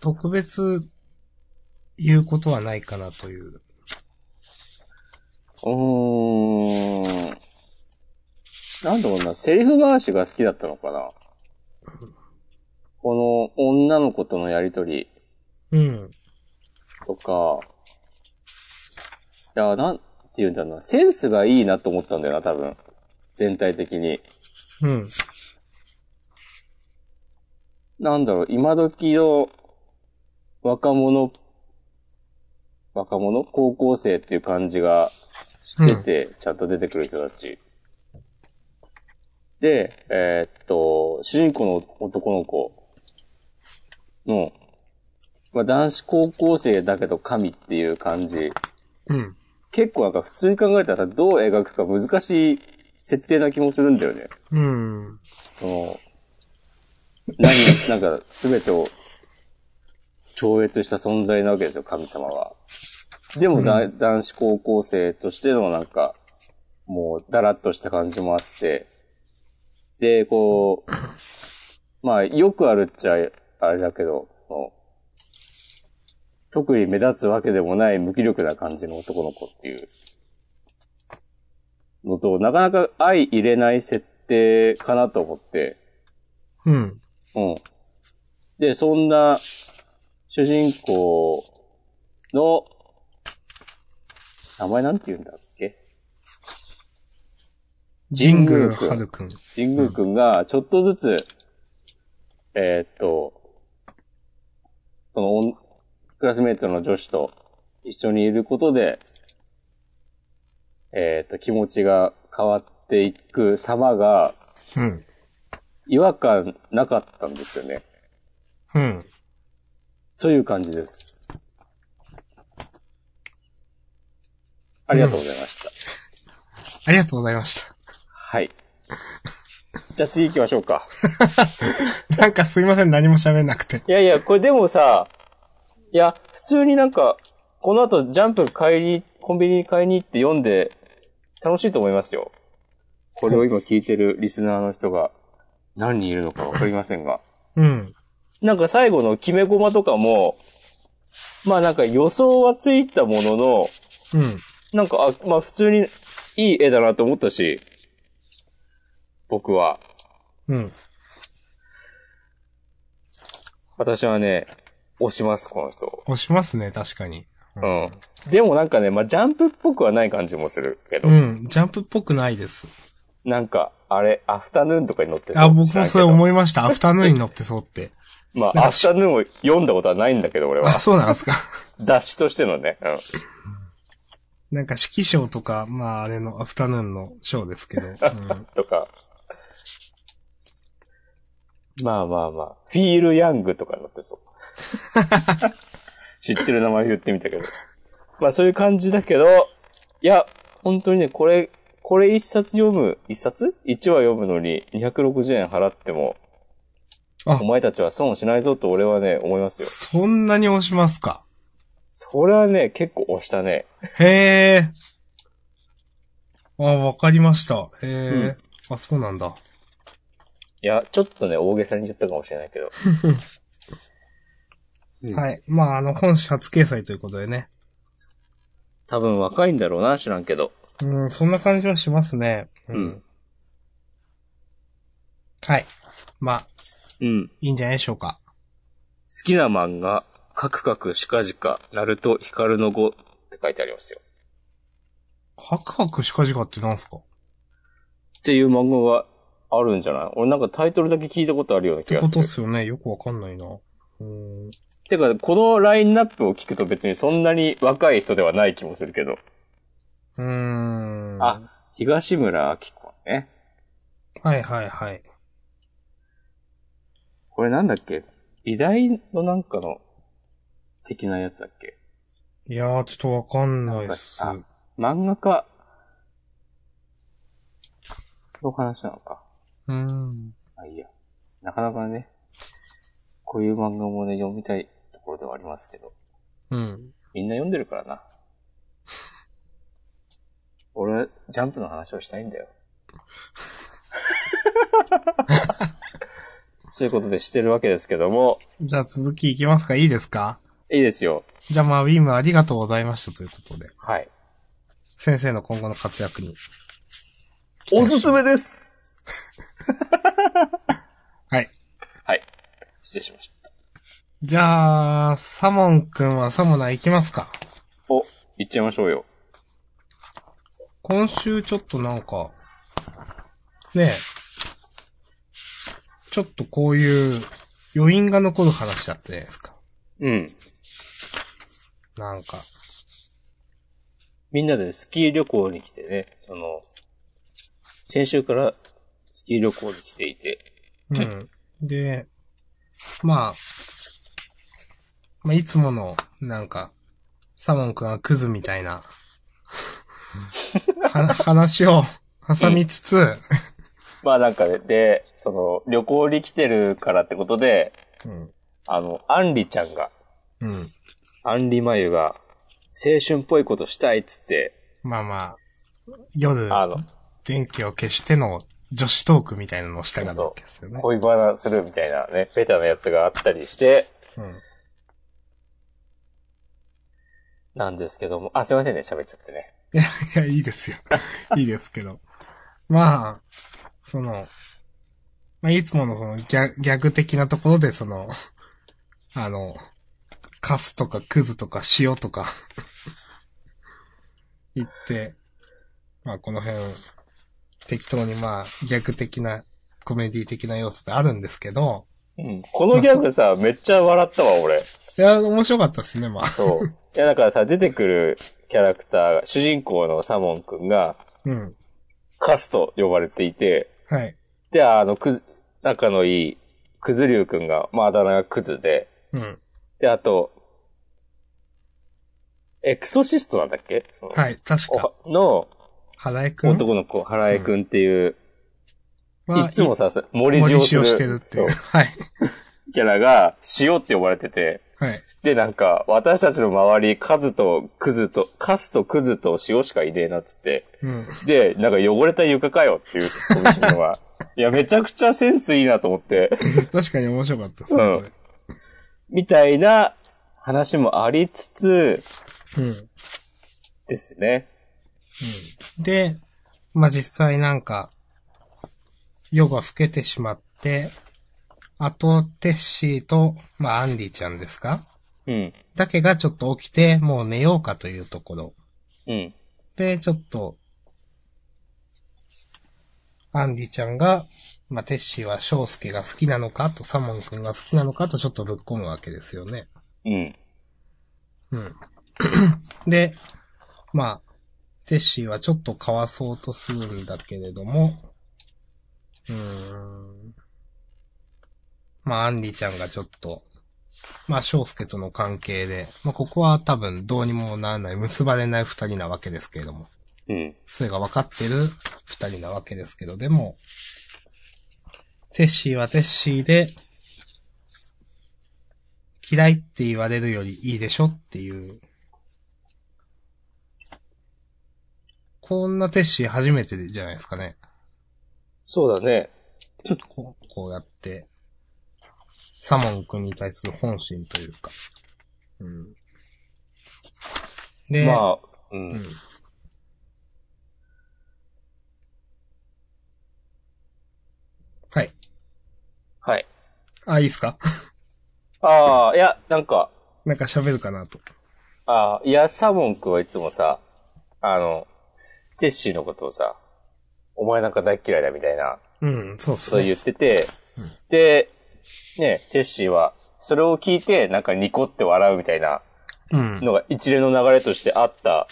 [SPEAKER 2] 特別言うことはないかなという。
[SPEAKER 1] うーん。なんだろうな、セリフ回しが好きだったのかな。この女の子とのやりとり
[SPEAKER 2] うん。
[SPEAKER 1] とか、いや、なんて言うんだろうな、センスがいいなと思ったんだよな、多分。全体的に。
[SPEAKER 2] うん。
[SPEAKER 1] なんだろう、今時の若者、若者高校生っていう感じがしてて、ちゃんと出てくる人たち。で、えーっと、主人公の男の子の、まあ、男子高校生だけど神っていう感じ
[SPEAKER 2] うん。
[SPEAKER 1] 結構なんか普通に考えたらどう描くか難しい設定な気もするんだよね。
[SPEAKER 2] うん。
[SPEAKER 1] その、何、なんか全てを超越した存在なわけですよ、神様は。でもだ、男子高校生としてのなんか、もう、だらっとした感じもあって、で、こう、まあ、よくあるっちゃ、あれだけど、その特に目立つわけでもない無気力な感じの男の子っていうのと、なかなか相入れない設定かなと思って、
[SPEAKER 2] うん。
[SPEAKER 1] うん。で、そんな主人公の、名前なんて言うんだっけ神
[SPEAKER 2] 神
[SPEAKER 1] 宮
[SPEAKER 2] 宮
[SPEAKER 1] 君
[SPEAKER 2] はるくん。
[SPEAKER 1] 神宮くんがちょっとずつ、えーっと、そのおん、クラスメイトの女子と一緒にいることで、えーっと、気持ちが変わっていく様が
[SPEAKER 2] うん。
[SPEAKER 1] 違和感なかったんですよね。
[SPEAKER 2] うん。
[SPEAKER 1] という感じです。ありがとうございました。
[SPEAKER 2] ありがとうございました。
[SPEAKER 1] はい。じゃあ次行きましょうか。
[SPEAKER 2] なんかすいません、何も喋んなくて。
[SPEAKER 1] いやいや、これでもさ、いや、普通になんか、この後ジャンプ買いに、コンビニに買いに行って読んで、楽しいと思いますよ。これを今聞いてるリスナーの人が何人いるのかわかりませんが。
[SPEAKER 2] うん。
[SPEAKER 1] なんか最後の決め駒とかも、まあなんか予想はついたものの、
[SPEAKER 2] うん。
[SPEAKER 1] なんか、あ、まあ普通にいい絵だなと思ったし、僕は。
[SPEAKER 2] うん。
[SPEAKER 1] 私はね、押します、この人を。
[SPEAKER 2] 押しますね、確かに。
[SPEAKER 1] うん。でもなんかね、まあジャンプっぽくはない感じもするけど、
[SPEAKER 2] うん。ジャンプっぽくないです。
[SPEAKER 1] なんか、あ、れ、アフタヌーンとかに乗って
[SPEAKER 2] あ、僕もそれ
[SPEAKER 1] い。
[SPEAKER 2] 思いました。アフタヌーンに乗ってそうって。
[SPEAKER 1] まあ、アフタヌーンを読んだことはないんだけど、俺
[SPEAKER 2] あ、
[SPEAKER 1] は。
[SPEAKER 2] そうなんですか。
[SPEAKER 1] 雑誌としてのね。うん。
[SPEAKER 2] なんか、指揮賞とか、まあ、あれのアフタヌーンの賞ですけど。うん
[SPEAKER 1] とか。まあまあまあ。フィール・ヤングとかになって そう。知ってる名前言ってみたけど。まあそういう感じだけど、いや、本当にね、これ、これ一冊読む、一冊一話読むのに260円払っても、
[SPEAKER 2] あ
[SPEAKER 1] お前たちは損をしないぞと俺はね、思いますよ。
[SPEAKER 2] そんなに押しますか。
[SPEAKER 1] それはね、結構押したね。
[SPEAKER 2] へえ。あ、わかりました。へえ。あ、そうなんだ。
[SPEAKER 1] いや、ちょっとね、大げさに言ったかもしれないけ ど。うん
[SPEAKER 2] はい。まあ、あの、本誌初掲載ということでね。
[SPEAKER 1] 多分若いんだろうな、知らんけど。
[SPEAKER 2] うん、そんな感じはしますね。
[SPEAKER 1] うん。
[SPEAKER 2] はい。まあ、
[SPEAKER 1] うん。
[SPEAKER 2] いいんじゃないでしょうか。
[SPEAKER 1] 好きな漫画、カクカクシカジカ、ナルト、ヒカルの語って書いてありますよ。
[SPEAKER 2] カクカクシカジカってなんすかっ
[SPEAKER 1] っていう漫画があるんじゃない俺なんかタイトルだけ聞いたことあるような気
[SPEAKER 2] て
[SPEAKER 1] が
[SPEAKER 2] ことっ
[SPEAKER 1] する。
[SPEAKER 2] すよね。よくわかんないな。うん。
[SPEAKER 1] てか、このラインナップを聞くと別にそんなに若い人ではない気もするけど。
[SPEAKER 2] うーん。
[SPEAKER 1] あ、東村明子ね。
[SPEAKER 2] はいはいはい。
[SPEAKER 1] これなんだっけ美大のなんかの、的なやつだっけ
[SPEAKER 2] いやー、ちょっとわかんないっす。
[SPEAKER 1] あ漫画家、の話なのか。
[SPEAKER 2] うん。
[SPEAKER 1] まあいいや。なかなかね、こういう漫画もね、読みたいところではありますけど、
[SPEAKER 2] うん。
[SPEAKER 1] みんな読んでるから な。俺、ジャンプの話をしたいんだ よ。そういうことでしてるわけですけども、
[SPEAKER 2] じゃあ続きいきますかいいですか
[SPEAKER 1] いいですよ。
[SPEAKER 2] じゃあまあ、ウィームありがとうございましたということで。
[SPEAKER 1] はい。
[SPEAKER 2] 先生の今後の活躍に。
[SPEAKER 1] おすすめです
[SPEAKER 2] はい。
[SPEAKER 1] はい。失礼しました。
[SPEAKER 2] じゃあ、サモンくんはサモナー行きますか
[SPEAKER 1] お、行っちゃいましょうよ。
[SPEAKER 2] 今週ちょっとなんか、ねえ、ちょっとこういう余韻が残る話だったじゃないですか。
[SPEAKER 1] うん。
[SPEAKER 2] なんか、
[SPEAKER 1] みんなでスキー旅行に来てね、その、先週からスキー旅行に来ていて、
[SPEAKER 2] うん。 で、まあ、 まあ、いつもの、なんか、サモン君はクズみたいなは、話を挟みつつ、
[SPEAKER 1] まあなんかね、で、その、旅行に来てるからってことで、
[SPEAKER 2] うん。
[SPEAKER 1] あの、アンリちゃんが、
[SPEAKER 2] うん。
[SPEAKER 1] アンリマユが、青春っぽいことしたいっつって、
[SPEAKER 2] まあまあ、夜、
[SPEAKER 1] あの、
[SPEAKER 2] 電気を消しての女子トークみたいなのをしたかったわけですよね。
[SPEAKER 1] 恋バナするみたいなね、ベタなやつがあったりして、
[SPEAKER 2] うん。
[SPEAKER 1] なんですけども、あ、すいませんね、喋っちゃってね。
[SPEAKER 2] いや、いいですよ。いいですけど。まあ、その、まあ、いつものそのギャギャグ的なところで、その、あの、カスとかクズとか塩とか、言って、まあ、この辺、適当にまあ、ギャグ的な、コメディ的な要素ってあるんですけど、
[SPEAKER 1] うん。このギャグ さ、めっちゃ笑ったわ、俺。
[SPEAKER 2] いや、面白かったですね、まあ。
[SPEAKER 1] そう。いや、だからさ、出てくるキャラクターが、主人公のサモンくんが、
[SPEAKER 2] うん。
[SPEAKER 1] カスと呼ばれていて、
[SPEAKER 2] はい。
[SPEAKER 1] で、あの、くず、仲のいい、クズリュウくんが、まあ、あだ名がクズで、
[SPEAKER 2] うん。
[SPEAKER 1] で、あと、エクソシストなんだっけ
[SPEAKER 2] はい、確か。
[SPEAKER 1] おの、
[SPEAKER 2] 原江くん
[SPEAKER 1] 男の子、原江くんっていう、
[SPEAKER 2] はい
[SPEAKER 1] つもさ、森
[SPEAKER 2] 森
[SPEAKER 1] 塩
[SPEAKER 2] 塩
[SPEAKER 1] をする
[SPEAKER 2] してるっていう。
[SPEAKER 1] そ
[SPEAKER 2] はい。
[SPEAKER 1] うキャラが、塩って呼ばれてて、
[SPEAKER 2] はい。
[SPEAKER 1] で、なんか、私たちの周り、カズとクズと、カスとクズと塩しかいねえなっつって、
[SPEAKER 2] うん。
[SPEAKER 1] で、なんか汚れた床かよっていうツッコミしてるのが、いや、めちゃくちゃセンスいいなと思って、
[SPEAKER 2] 確かに面白かったです
[SPEAKER 1] うん
[SPEAKER 2] ね。
[SPEAKER 1] みたいな話もありつつ
[SPEAKER 2] うん。うん。
[SPEAKER 1] ですね。
[SPEAKER 2] で、まあ、実際なんか、夜が更けてしまって、あと、テッシーと、まあ、アンディちゃんですか
[SPEAKER 1] うん。
[SPEAKER 2] だけがちょっと起きて、もう寝ようかというところ。
[SPEAKER 1] うん。
[SPEAKER 2] で、ちょっと、アンディちゃんが、まあ、テッシーは翔介が好きなのかと、サモン君が好きなのかとちょっとぶっ込むわけですよね。
[SPEAKER 1] うん。
[SPEAKER 2] うん。で、まあ、テッシーはちょっとかわそうとするんだけれども、うーん。まあ、アンリちゃんがちょっと、まあ、翔介との関係で、まあ、ここは多分どうにもならない、結ばれない二人なわけですけれども。
[SPEAKER 1] うん。
[SPEAKER 2] それが分かってる二人なわけですけど、でも、テッシーはテッシーで、嫌いって言われるよりいいでしょっていう。こんなテッシー初めてじゃないですかね。
[SPEAKER 1] そうだね。
[SPEAKER 2] こうこうやって、サモン君に対する本心というか。うん。で、
[SPEAKER 1] まあ、うん。
[SPEAKER 2] うん。はい。
[SPEAKER 1] はい。
[SPEAKER 2] あ、いいっすか
[SPEAKER 1] ああ、いや、なんか、
[SPEAKER 2] なんか喋るかなと。
[SPEAKER 1] ああ、いや、サモン君はいつもさ、あの、テッシーのことをさ、お前なんか大っ嫌いだみたいな、
[SPEAKER 2] うん、そうっす
[SPEAKER 1] そう
[SPEAKER 2] ね。
[SPEAKER 1] 言ってて、
[SPEAKER 2] うん
[SPEAKER 1] で、ね、テッシーは、それを聞いて、なんかニコって笑うみたいな
[SPEAKER 2] うん。
[SPEAKER 1] のが一連の流れとしてあった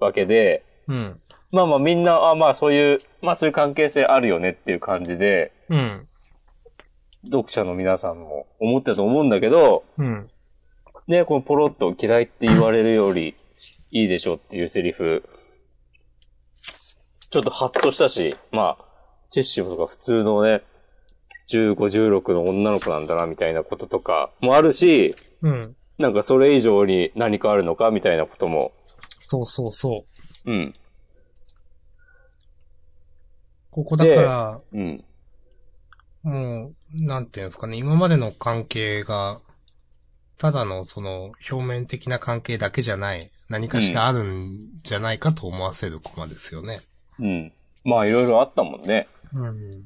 [SPEAKER 1] わけで、
[SPEAKER 2] うん。
[SPEAKER 1] まあまあみんな、あまあそういう、まあそういう関係性あるよねっていう感じで、
[SPEAKER 2] うん。
[SPEAKER 1] 読者の皆さんも思ってたと思うんだけど、
[SPEAKER 2] うん。
[SPEAKER 1] ね、このポロッと嫌いって言われるよりいいでしょっていうセリフ、ちょっとハッとしたし、まあ、ティッシュとか普通のね、15、16の女の子なんだなみたいなこととかもあるし、
[SPEAKER 2] うん。
[SPEAKER 1] なんかそれ以上に何かあるのかみたいなことも、
[SPEAKER 2] そうそうそう。
[SPEAKER 1] うん、
[SPEAKER 2] ここだから、
[SPEAKER 1] うん、
[SPEAKER 2] もう、なんていうんですかね、今までの関係が、ただのその、表面的な関係だけじゃない、何かしらあるんじゃないかと思わせるコマですよね。
[SPEAKER 1] うん。まあいろいろあったもんね。
[SPEAKER 2] うん。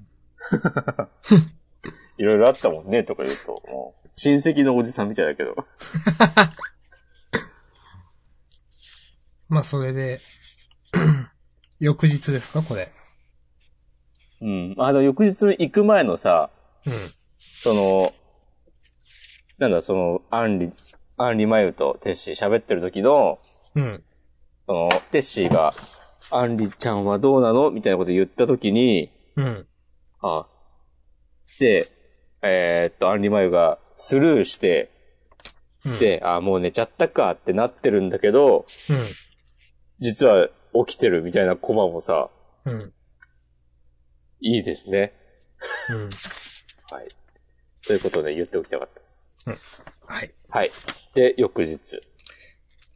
[SPEAKER 1] いろいろあったもんね、とか言うと、もう、親戚のおじさんみたいだけど。
[SPEAKER 2] まあ、それで、翌日ですか、これ。
[SPEAKER 1] うん。あの、翌日行く前のさ、
[SPEAKER 2] うん。
[SPEAKER 1] その、なんだ、その、アンリ、アンリマユとテッシー喋ってる時の、
[SPEAKER 2] うん。
[SPEAKER 1] その、テッシーが、アンリちゃんはどうなのみたいなこと言った時に、
[SPEAKER 2] うん。
[SPEAKER 1] あ、で、えーっと、アンリマユがスルーして、
[SPEAKER 2] うん、
[SPEAKER 1] で、あ、もう寝ちゃったかってなってるんだけど、
[SPEAKER 2] うん。
[SPEAKER 1] 実は起起きてるみたいなコマもさ、
[SPEAKER 2] うん。
[SPEAKER 1] いいですね。
[SPEAKER 2] うん。
[SPEAKER 1] はい。ということで言っておきたかったです。
[SPEAKER 2] はい。
[SPEAKER 1] はい。で、翌日。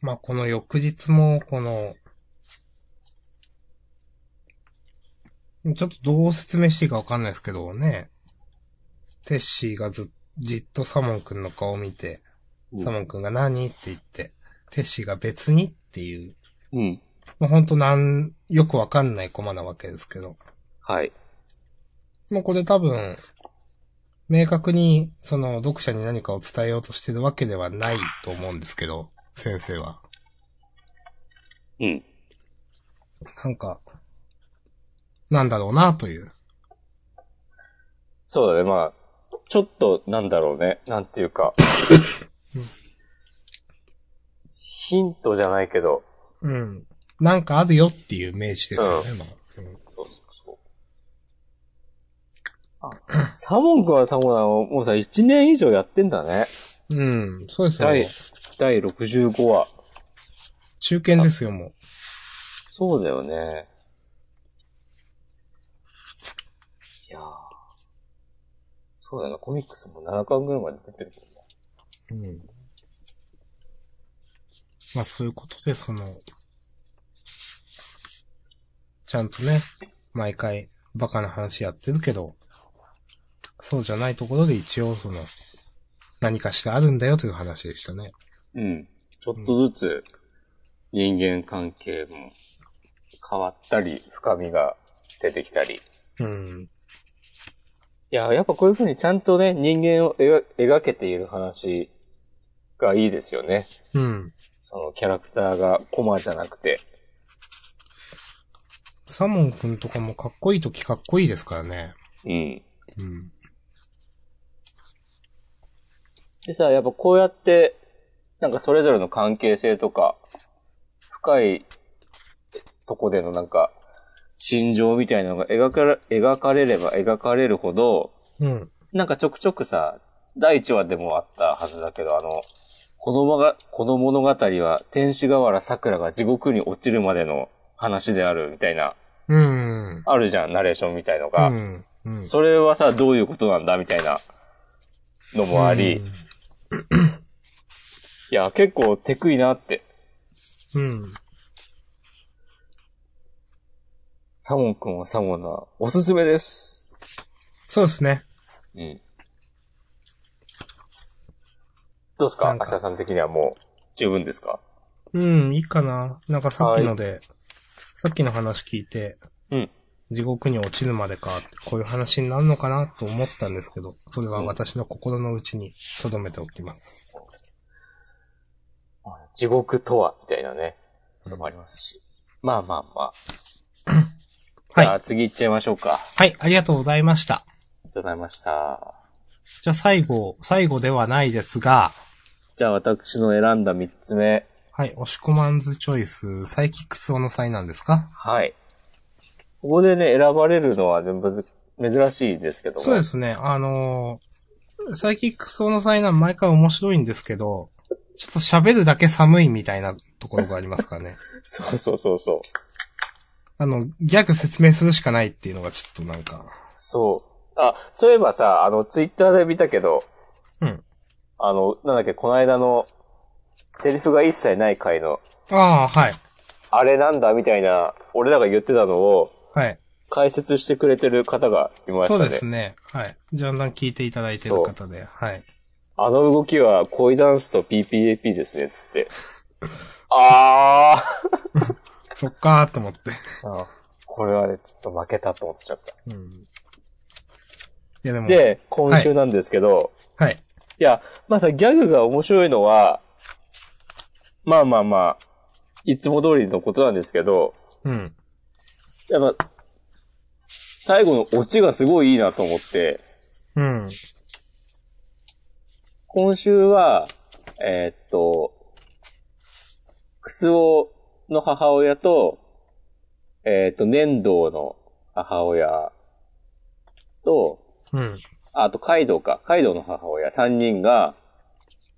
[SPEAKER 2] まあ、この翌日も、この、ちょっとどう説明していいかわかんないですけどね、テッシーがず、じっとサモン君の顔を見て、サモン君が何って言って、テッシーが別にっていう、
[SPEAKER 1] うん。
[SPEAKER 2] もうほんとなん、よくわかんないコマなわけですけど、
[SPEAKER 1] はい。
[SPEAKER 2] もうこれ多分、明確に、その、読者に何かを伝えようとしてるわけではないと思うんですけど、先生は。
[SPEAKER 1] うん。
[SPEAKER 2] なんか、なんだろうな、という。
[SPEAKER 1] そうだね、まあ、ちょっと、なんだろうね、なんていうか
[SPEAKER 2] うん。
[SPEAKER 1] ヒントじゃないけど、
[SPEAKER 2] うん。なんかあるよっていう明示ですよね、まあうん
[SPEAKER 1] そうそうそう。あ、サモン君はサモンはもうさ、1年以上やってんだね。
[SPEAKER 2] うん、そうですよ
[SPEAKER 1] 第
[SPEAKER 2] ね。、
[SPEAKER 1] 第65話。
[SPEAKER 2] 中堅ですよ、もう。
[SPEAKER 1] そうだよね。いやーそうだな、コミックスも7巻ぐらいまで出てるもんね。
[SPEAKER 2] うん。まあそういうことで、その、ちゃんとね、毎回バカな話やってるけど、そうじゃないところで一応その、何かしらあるんだよという話でしたね。
[SPEAKER 1] うん。ちょっとずつ人間関係も変わったり、深みが出てきたり。い
[SPEAKER 2] うん。
[SPEAKER 1] やー、やっぱこういう風にちゃんとね、人間を描描けている話がいいですよね。
[SPEAKER 2] うん。
[SPEAKER 1] そのキャラクターがコマじゃなくて。
[SPEAKER 2] サモン君とかもかっこいい時かっこいいですからね。
[SPEAKER 1] うん。
[SPEAKER 2] うん。
[SPEAKER 1] でさ、やっぱこうやって、なんかそれぞれの関係性とか、深いとこでのなんか、心情みたいなのが描かれ描かれれば描かれるほど、
[SPEAKER 2] うん。
[SPEAKER 1] なんかちょくちょくさ、第1話でもあったはずだけど、あの、このまが、この物語は天使河原桜が地獄に落ちるまでの話であるみたいな、
[SPEAKER 2] うん。
[SPEAKER 1] あるじゃん、ナレーションみたいの
[SPEAKER 2] う
[SPEAKER 1] が。
[SPEAKER 2] ん。うん。
[SPEAKER 1] それはさ、どういうことなんだみたいなのもあり、いや、結構テクいなって。
[SPEAKER 2] うん。
[SPEAKER 1] サモン君はサモナー、おすすめです。
[SPEAKER 2] そうですね。
[SPEAKER 1] うん。どうですか
[SPEAKER 2] なんか
[SPEAKER 1] 明日さん的にはもう十分ですか
[SPEAKER 2] うん、いいかな。なんかさっきので、さっきの話聞いて、
[SPEAKER 1] うん。
[SPEAKER 2] 地獄に落ちるまでかって、こういう話になるのかなと思ったんですけど、それは私の心の内に留めておきます。
[SPEAKER 1] 地獄とは、みたいなね、のもあ
[SPEAKER 2] は
[SPEAKER 1] りますし。まあまあまあ。じ
[SPEAKER 2] い。
[SPEAKER 1] ゃ
[SPEAKER 2] は
[SPEAKER 1] あ次行っちゃいましょうか。あ
[SPEAKER 2] い、ありがとうございました。
[SPEAKER 1] りがとうございました。
[SPEAKER 2] じゃあ最後、最後ではないですが、
[SPEAKER 1] じゃあ私の選んだ三つ目。
[SPEAKER 2] はい、押し込まんずチョイス、サイキックスオの際なんですか
[SPEAKER 1] はい。ここでね、選ばれるのは全部珍しいですけども。。
[SPEAKER 2] そうですすね。あのーサイキック層の災難毎回面白いんですけど、ちょっと喋るだけ寒いみたいなところがありますからね。
[SPEAKER 1] そうそうそうそう。
[SPEAKER 2] あの、ギャグ説明するしかないっていうのがちょっとなんか、
[SPEAKER 1] そう。あ、そういえばさ、あの、ツイッターで見たけど、
[SPEAKER 2] うん。
[SPEAKER 1] あの、なんだっけ、この間の、セリフが一切ない回の、
[SPEAKER 2] ああ、はい。
[SPEAKER 1] あれなんだみたいな、俺らが言ってたのを、
[SPEAKER 2] はい。
[SPEAKER 1] 解説してくれてる方がいました
[SPEAKER 2] そ
[SPEAKER 1] ね。
[SPEAKER 2] うですね。はい。ジャンダン聞いていただいてる方で、はい。
[SPEAKER 1] あの動きは、恋ダンスと PPAP ですね、つって。あ
[SPEAKER 2] そっかーと思って。
[SPEAKER 1] ーあ。これはね、ちょっと負けたと思ってしまった。
[SPEAKER 2] うん。いやでも、
[SPEAKER 1] で、今週なんですけど、
[SPEAKER 2] はい。
[SPEAKER 1] いや、まあさ、ギャグが面白いのは、まあまあまあ、いつも通りのことなんですけど、
[SPEAKER 2] うん。
[SPEAKER 1] やっぱ、最後のオチがすごいいいなと思って、
[SPEAKER 2] うん。
[SPEAKER 1] 今週は、えーっと、クスオの母親と、えーっと、粘土の母親と、
[SPEAKER 2] うん。
[SPEAKER 1] ああとカイドウか、カイドウの母親3人が、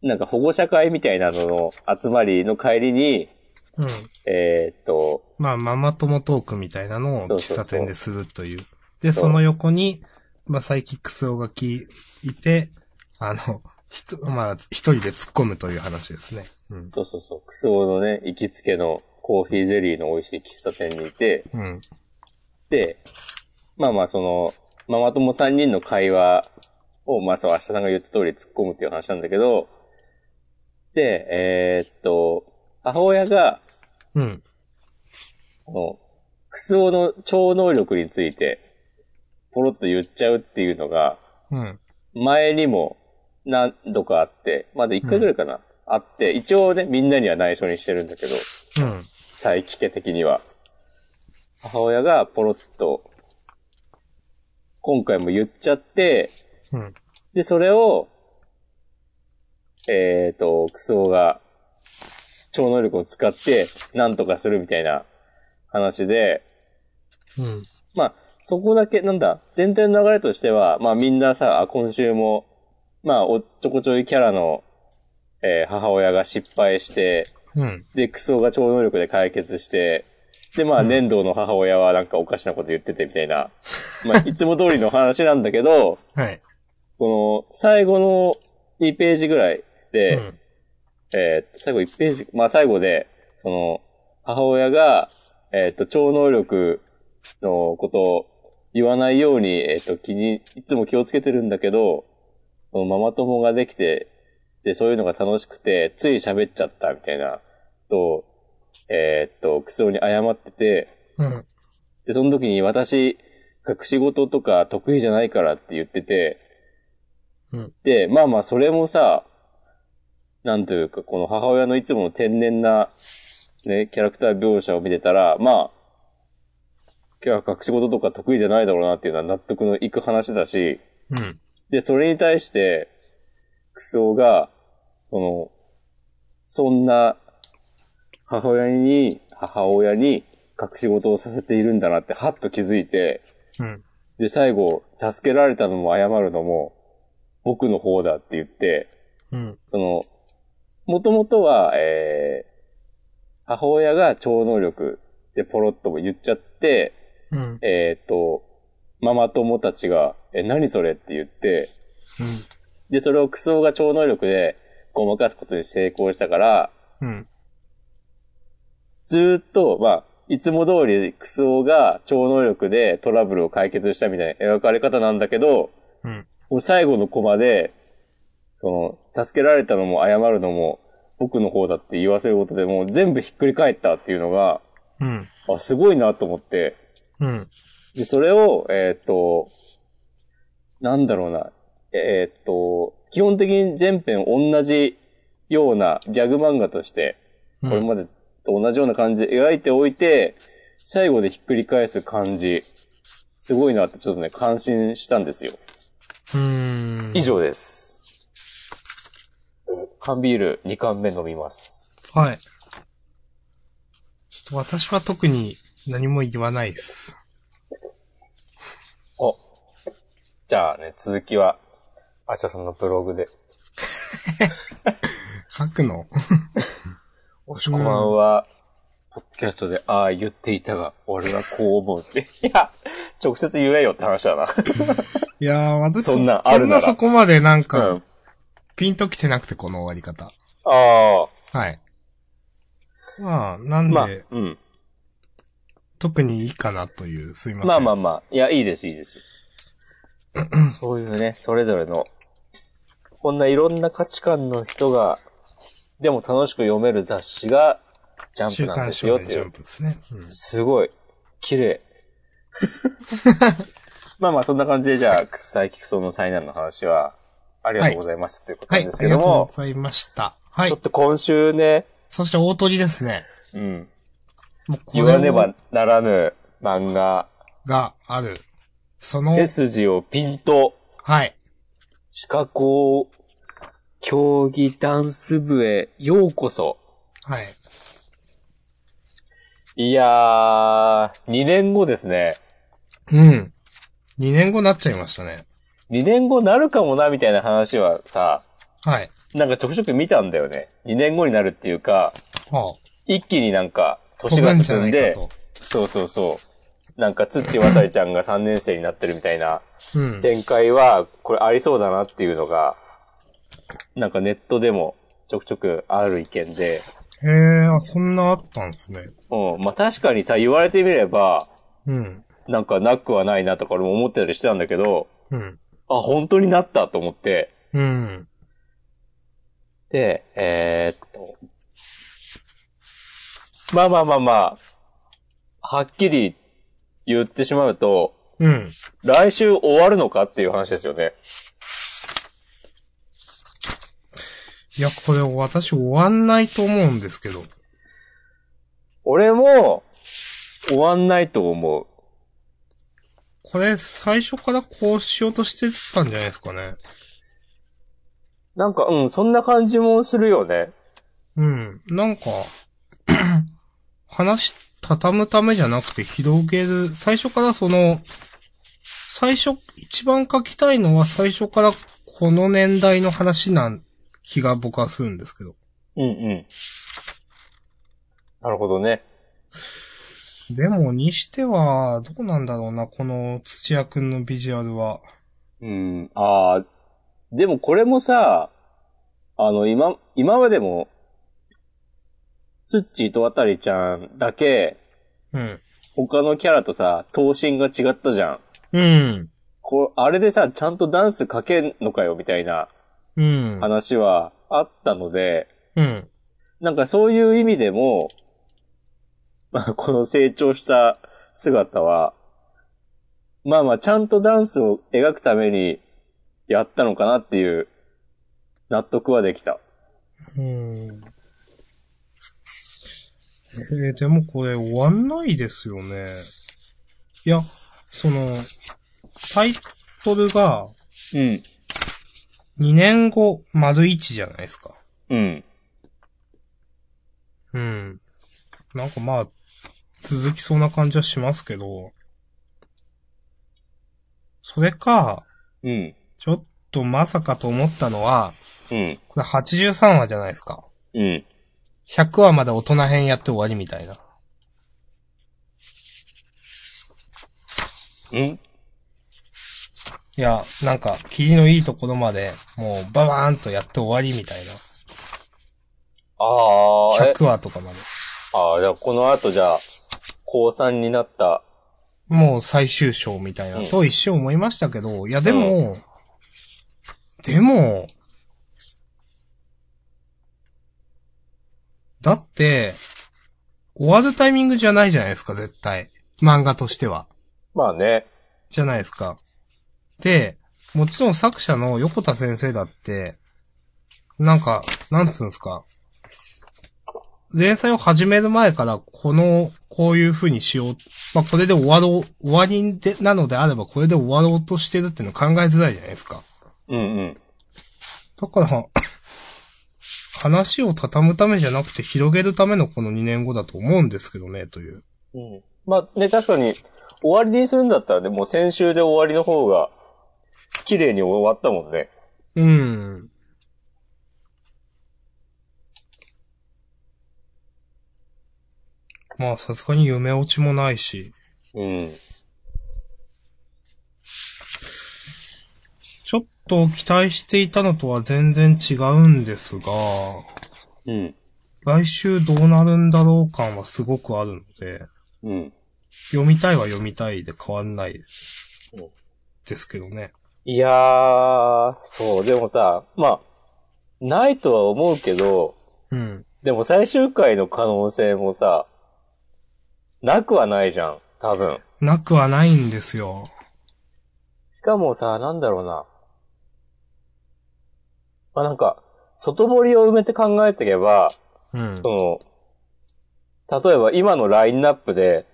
[SPEAKER 1] なんか保護者会みたいなのの集まりの帰りに、
[SPEAKER 2] うん。
[SPEAKER 1] えーっと、
[SPEAKER 2] まあ、ママ友トークみたいなのを
[SPEAKER 1] そうそうそう
[SPEAKER 2] 喫茶店でするという。で、
[SPEAKER 1] そう
[SPEAKER 2] その横に、まあ、サイキックスオガキいて、あの、ひと、まあ、一人で突っ込むという話ですね。うん。
[SPEAKER 1] そうそうそう、クスオのね、行きつけのコーヒーゼリーの美味しい喫茶店にいて、
[SPEAKER 2] うん。
[SPEAKER 1] で、まあまあその、ママ友3人の会話を、まあそう、明日さんが言った通り突っ込むっていう話なんだけど、で、えーっと、母親が、
[SPEAKER 2] うん。
[SPEAKER 1] この、クスオの超能力について、ポロッと言っちゃうっていうのが、
[SPEAKER 2] うん。
[SPEAKER 1] 前にも何度かあって、まだ1回ぐらいかな、あって、一応ね、みんなには内緒にしてるんだけど、
[SPEAKER 2] うん。
[SPEAKER 1] 再帰家的には。母親がポロッと、今回も言っちゃって、
[SPEAKER 2] うん。
[SPEAKER 1] で、それを、えっ、と、クソが、超能力を使って、なんとかするみたいな話で、
[SPEAKER 2] うん。
[SPEAKER 1] まあ、そこだけ、なんだ、全体の流れとしては、まあみんなさ、あ今週も、まあ、おっちょこちょいキャラの、えー母親が失敗して、
[SPEAKER 2] うん。
[SPEAKER 1] で、クソが超能力で解決して、で、まあ、粘土の母親はなんかおかしなこと言っててみたいな、まあ、 いつも通りの話なんだけど、
[SPEAKER 2] はい。
[SPEAKER 1] この、最後の2ページぐらいで、
[SPEAKER 2] うん。
[SPEAKER 1] えー最後1ページ、まあ、最後で、その、母親が、えーっ、と、超能力のことを言わないように、えーっ、と、気に、いつも気をつけてるんだけど、そのママ友ができて、で、そういうのが楽しくて、つい喋っちゃったみたいな、と、えーっ、と、クソに謝ってて、
[SPEAKER 2] うん。
[SPEAKER 1] で、その時に私、隠し事とか得意じゃないからって言ってて、
[SPEAKER 2] うん
[SPEAKER 1] で、まあまあ、それもさ、なんというか、この母親のいつもの天然な、ね、キャラクター描写を見てたら、まあ、今日は隠し事とか得意じゃないだろうなっていうのは納得のいく話だし、
[SPEAKER 2] うん。
[SPEAKER 1] で、それに対して、クソが、その、そんな、母親に、母親に隠し事をさせているんだなって、はっと気づいて、
[SPEAKER 2] うん。
[SPEAKER 1] で、最後、助けられたのも謝るのも、僕の方だって言って、
[SPEAKER 2] うん。
[SPEAKER 1] その、もともとは、えー、母親が超能力でポロッとも言っちゃって、
[SPEAKER 2] うん。
[SPEAKER 1] えーっ、と、ママ友たちが、え、何それって言って、で、それをクソが超能力でごまかすことに成功したから、
[SPEAKER 2] うん。
[SPEAKER 1] ずーっと、まあ、いつも通りクソが超能力でトラブルを解決したみたいな描かれ方なんだけど、
[SPEAKER 2] うん。
[SPEAKER 1] もう最後のコマで、その、助けられたのも謝るのも僕の方だって言わせることでもう全部ひっくり返ったっていうのが、
[SPEAKER 2] うん。
[SPEAKER 1] あ、すごいなと思って、
[SPEAKER 2] うん。
[SPEAKER 1] で、それを、えーっと、なんだろうな、えーっと、基本的に全編同じようなギャグ漫画として、これまでと同じような感じで描いておいて、最後でひっくり返す感じ、すごいなってちょっとね、感心したんですよ。
[SPEAKER 2] うん。
[SPEAKER 1] 以。上です。缶ビール2缶目飲みます。
[SPEAKER 2] はい。ちょっと私は特に何も言わないです。
[SPEAKER 1] お。じゃあね、続きは、明日さんのブログで。
[SPEAKER 2] 書くの
[SPEAKER 1] もしこまんは、ポッドキャストで、ああ言っていたが、俺はこう思うって。 いや、直接言えよって話だな。
[SPEAKER 2] いやー、私、
[SPEAKER 1] そんなんあるなら
[SPEAKER 2] そんなそこまでなん
[SPEAKER 1] う
[SPEAKER 2] か、
[SPEAKER 1] ん。
[SPEAKER 2] ピンときてなくて、この終わり方。
[SPEAKER 1] ああ、
[SPEAKER 2] はい。まあ、なんで、
[SPEAKER 1] まあ、うん。
[SPEAKER 2] 特にいいかなという、すいません。
[SPEAKER 1] まあまあまあ、いや、いいです、いい です。そういうね、それぞれの、こんないろんな価値観の人が、でも楽しく読める雑誌が、ジャン
[SPEAKER 2] 週
[SPEAKER 1] プなん
[SPEAKER 2] 刊
[SPEAKER 1] です
[SPEAKER 2] 少
[SPEAKER 1] よっ
[SPEAKER 2] 年
[SPEAKER 1] て
[SPEAKER 2] ジ
[SPEAKER 1] い
[SPEAKER 2] ャン
[SPEAKER 1] う。
[SPEAKER 2] プですね。うん
[SPEAKER 1] すごい、綺 麗。まあまあ、そんな感じで、じゃあ、サイキクソの災難の話は、ありがとうございました、ということ
[SPEAKER 2] は、
[SPEAKER 1] ないんです
[SPEAKER 2] あ
[SPEAKER 1] け
[SPEAKER 2] り
[SPEAKER 1] ど
[SPEAKER 2] がとう
[SPEAKER 1] も
[SPEAKER 2] ご、ざいました。は
[SPEAKER 1] ちょっ
[SPEAKER 2] い。
[SPEAKER 1] と今週ね、
[SPEAKER 2] そして大鳥ですね。
[SPEAKER 1] うん、
[SPEAKER 2] もうこ
[SPEAKER 1] 言わね
[SPEAKER 2] れ
[SPEAKER 1] ばならぬ漫画、
[SPEAKER 2] がある。その、
[SPEAKER 1] 背筋をピンと、
[SPEAKER 2] はい。
[SPEAKER 1] シカゴ競技ダンス部へようこそ。
[SPEAKER 2] はい。
[SPEAKER 1] いやー、2年後ですね。
[SPEAKER 2] うん。2年後になっちゃいましたね。
[SPEAKER 1] 2年後なるかもな、みたいな話はさ、
[SPEAKER 2] はい。
[SPEAKER 1] なんかちょくちょく見たんだよね。2年後になるっていうか、
[SPEAKER 2] はあ。
[SPEAKER 1] 一気になんか、
[SPEAKER 2] 飛
[SPEAKER 1] 年
[SPEAKER 2] ぶ
[SPEAKER 1] が
[SPEAKER 2] んじゃ
[SPEAKER 1] 進
[SPEAKER 2] なんいか
[SPEAKER 1] で、
[SPEAKER 2] と。
[SPEAKER 1] そうそうそう。なんか、土渡りちゃんが3年生になってるみたいな
[SPEAKER 2] うん。
[SPEAKER 1] 展開は、これありそうだなっていうのが、なんかネットでもちょくちょくある意見で、
[SPEAKER 2] へえ、あ、そんなあったんですね。
[SPEAKER 1] うん、まあ確かにさ、言われてみれば、
[SPEAKER 2] うん。
[SPEAKER 1] なんかなくはないなとか俺も思ってたりしてたんだけど、
[SPEAKER 2] うん。
[SPEAKER 1] あ、本当になったと思って、
[SPEAKER 2] うん。
[SPEAKER 1] で、えーっと。まあまあまあまあ、はっきり言ってしまうと、
[SPEAKER 2] うん。
[SPEAKER 1] 来週終わるのかっていう話ですよね。
[SPEAKER 2] いや、これ私終わんないと思うんですけど。
[SPEAKER 1] 俺も、終わんないと思う。
[SPEAKER 2] これ最初からこうしようとしてたんじゃないですかね。
[SPEAKER 1] なんか、うん、そんな感じもするよね。
[SPEAKER 2] うん。なんか、 話畳むためじゃなくて広げる。最初からその、最初、一番書きたいのは最初からこの年代の話なん気が僕はするんですけど。
[SPEAKER 1] うんうん。なるほどね。
[SPEAKER 2] でも、にしては、どうなんだろうな、この土屋くんのビジュアルは。
[SPEAKER 1] うん、ああ、でもこれもさ、あの、今、今までも、ツッチーと渡りちゃんだけ、
[SPEAKER 2] うん。
[SPEAKER 1] 他のキャラとさ、頭身が違ったじゃん。
[SPEAKER 2] うん。
[SPEAKER 1] こう、あれでさ、ちゃんとダンスかけんのかよ、みたいな
[SPEAKER 2] うん。
[SPEAKER 1] 話はあったので、
[SPEAKER 2] うん。
[SPEAKER 1] なんかそういう意味でも、まあ、この成長した姿は、まあまあ、ちゃんとダンスを描くためにやったのかなっていう、納得はできた。
[SPEAKER 2] うん。えーでもこれ終わんないですよね。いや、その、タイトルが
[SPEAKER 1] うん。
[SPEAKER 2] 2年後丸1じゃないですか。
[SPEAKER 1] うん。
[SPEAKER 2] うん。なんかまあ、続きそうな感じはしますけど、それか、
[SPEAKER 1] うん。
[SPEAKER 2] ちょっとまさかと思ったのは、
[SPEAKER 1] うん。
[SPEAKER 2] これ83話じゃないですか。
[SPEAKER 1] うん。
[SPEAKER 2] 100話まで大人編やって終わりみたいな。
[SPEAKER 1] うん。
[SPEAKER 2] いや、なんか、霧のいいところまで、もう、ババーンとやって終わりみたいな。
[SPEAKER 1] ああ、え、
[SPEAKER 2] 100話とかまで。
[SPEAKER 1] ああ、じゃあこの後じゃあ、高3になった。
[SPEAKER 2] もう最終章みたいな、
[SPEAKER 1] うん
[SPEAKER 2] と一瞬思いましたけど、いや、でも、でも、だって、終わるタイミングじゃないじゃないですか、絶対。漫画としては。
[SPEAKER 1] まあね。
[SPEAKER 2] じゃないですか。で、もちろん作者の横田先生だって、なんか、なんつうんですか。連載を始める前から、この、こういう風にしよう。まあ、これで終わろう、終わりで、なのであれば、これで終わろうとしてるっていうの考えづらいじゃないですか。
[SPEAKER 1] うんうん。
[SPEAKER 2] だから、 話を畳むためじゃなくて、広げるためのこの2年後だと思うんですけどね、という。
[SPEAKER 1] うん。まあね、確かに、終わりにするんだったらね、もう先週で終わりの方が、綺麗に終わったもんね。
[SPEAKER 2] うん。まあ、さすがに夢落ちもないし、
[SPEAKER 1] うん。
[SPEAKER 2] ちょっと期待していたのとは全然違うんですが、
[SPEAKER 1] うん。
[SPEAKER 2] 来週どうなるんだろう感はすごくあるので、
[SPEAKER 1] うん。
[SPEAKER 2] 読みたいは読みたいで変わんない
[SPEAKER 1] うん
[SPEAKER 2] ですけどね。
[SPEAKER 1] いやー、そう、でもさ、まあ、ないとは思うけど、
[SPEAKER 2] うん。
[SPEAKER 1] でも最終回の可能性もさ、なくはないじゃん、多分。
[SPEAKER 2] なくはないんですよ。
[SPEAKER 1] しかもさ、なんだろうな。まあなんか、外堀を埋めて考えていけば、
[SPEAKER 2] うん。
[SPEAKER 1] その、例えば今のラインナップで、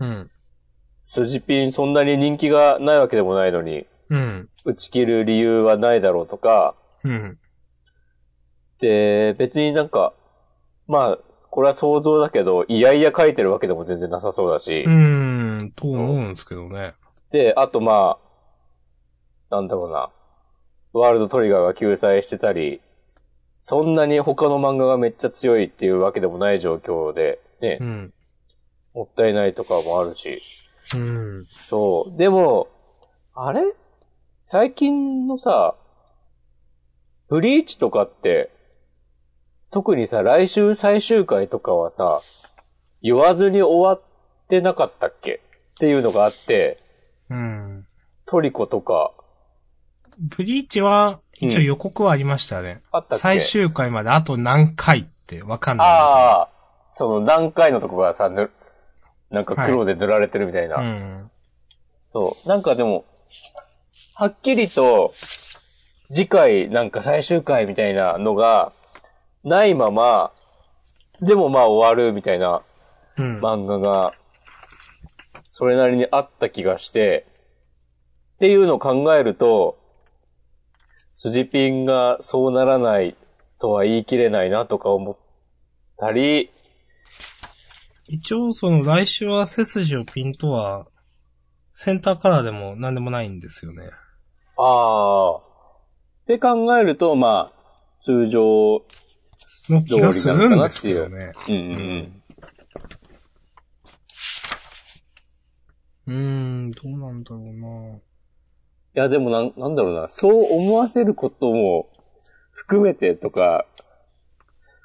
[SPEAKER 2] うん。
[SPEAKER 1] 筋ピンそんなに人気がないわけでもないのに、
[SPEAKER 2] うん。
[SPEAKER 1] 打ち切る理由はないだろうとか、
[SPEAKER 2] うん。
[SPEAKER 1] で、別になんか、まあ、これは想像だけど、いやいや書いてるわけでも全然なさそうだし、
[SPEAKER 2] うん。と思うんですけどね。
[SPEAKER 1] で、あとまあ、なんだろうな、ワールドトリガーが救済してたり、そんなに他の漫画がめっちゃ強いっていうわけでもない状況で、ね、
[SPEAKER 2] うん。
[SPEAKER 1] もったいないとかもあるし、
[SPEAKER 2] うん。
[SPEAKER 1] そう。でも、あれ最近のさ、ブリーチとかって、特にさ、来週最終回とかはさ、言わずに終わってなかったっけっていうのがあって、
[SPEAKER 2] うん。
[SPEAKER 1] トリコとか、
[SPEAKER 2] ブリーチは、一応予告はありましたね。
[SPEAKER 1] あったっけ
[SPEAKER 2] 最終回まであと何回ってわかんないみ
[SPEAKER 1] ああ、その何回のとこがさ、ぬなんか黒で塗られてるみたいな。
[SPEAKER 2] たいな。うん。
[SPEAKER 1] そう。なんかでも、はっきりと、次回、なんか最終回みたいなのが、ないまま、でもまあ終わるみたいな
[SPEAKER 2] うん。
[SPEAKER 1] 漫画が、それなりにあった気がして、っていうのを考えると、筋ピンがそうならないとは言い切れないなとか思ったり、
[SPEAKER 2] 一応その来週は背筋をピンとは、センターカラーでも何でもないんですよね。
[SPEAKER 1] ああ、って考えると、まあ、通常、
[SPEAKER 2] の気がするんですけどね。
[SPEAKER 1] うんうんうん。
[SPEAKER 2] うーん、どうなんだろう
[SPEAKER 1] いや、でもなん、なんだろうな、そう思わせることも含めてとか、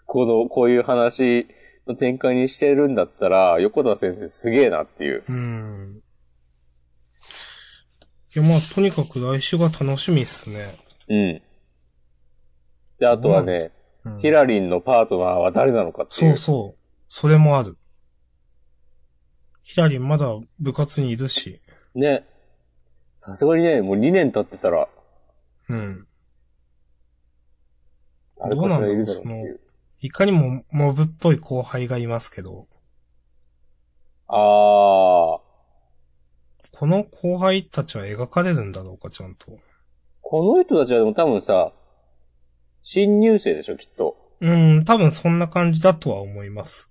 [SPEAKER 1] この、こういう話の展開にしてるんだったら、横田先生すげえなっていう。
[SPEAKER 2] なうん。いや、まあ、とにかく来週が楽しみっすね。
[SPEAKER 1] うん。で、あとはね、
[SPEAKER 2] うん
[SPEAKER 1] ヒラリンのパートナーは誰なのかってい。
[SPEAKER 2] そううそう。それもある。ヒラリンまだ部活にいるし。
[SPEAKER 1] ね。さすがにね、もう2年経ってたら、
[SPEAKER 2] うん。
[SPEAKER 1] 誰かしらいるだろうって
[SPEAKER 2] どうなんだろ
[SPEAKER 1] いうう。
[SPEAKER 2] いかにもモブっぽい後輩がいますけど、
[SPEAKER 1] あー。
[SPEAKER 2] この後輩たちは描かれるんだろうか、ちゃんと。
[SPEAKER 1] この人たちはでも多分さ、新入生でしょ、きっと。
[SPEAKER 2] うん、多分そんな感じだとは思います。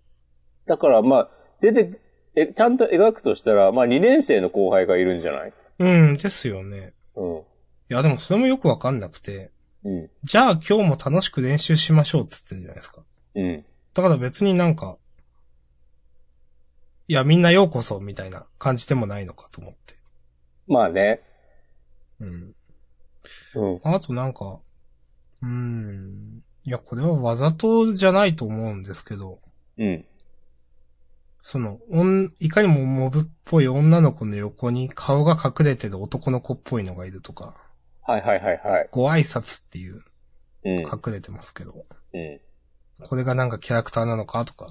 [SPEAKER 1] だからまあ、出て、え、ちゃんと描くとしたら、まあ2年生の後輩がいるんじゃない
[SPEAKER 2] うん、ですよね。
[SPEAKER 1] うん。
[SPEAKER 2] いや、でもそれもよくわかんなくて、
[SPEAKER 1] うん。
[SPEAKER 2] じゃあ今日も楽しく練習しましょうって言ってるじゃないですか。
[SPEAKER 1] うん。
[SPEAKER 2] だから別になんか、いや、みんなようこそみたいな感じでもないのかと思って。
[SPEAKER 1] まあね。
[SPEAKER 2] うん。
[SPEAKER 1] うん。
[SPEAKER 2] あとなんか、うーん。いや、これはわざとじゃないと思うんですけど、
[SPEAKER 1] うん。
[SPEAKER 2] その、おん、いかにもモブっぽい女の子の横に顔が隠れてる男の子っぽいのがいるとか、
[SPEAKER 1] はいはいはいはい。
[SPEAKER 2] ご挨拶っていう
[SPEAKER 1] うん。
[SPEAKER 2] 隠れてますけど、
[SPEAKER 1] うん。
[SPEAKER 2] これがなんかキャラクターなのかとか、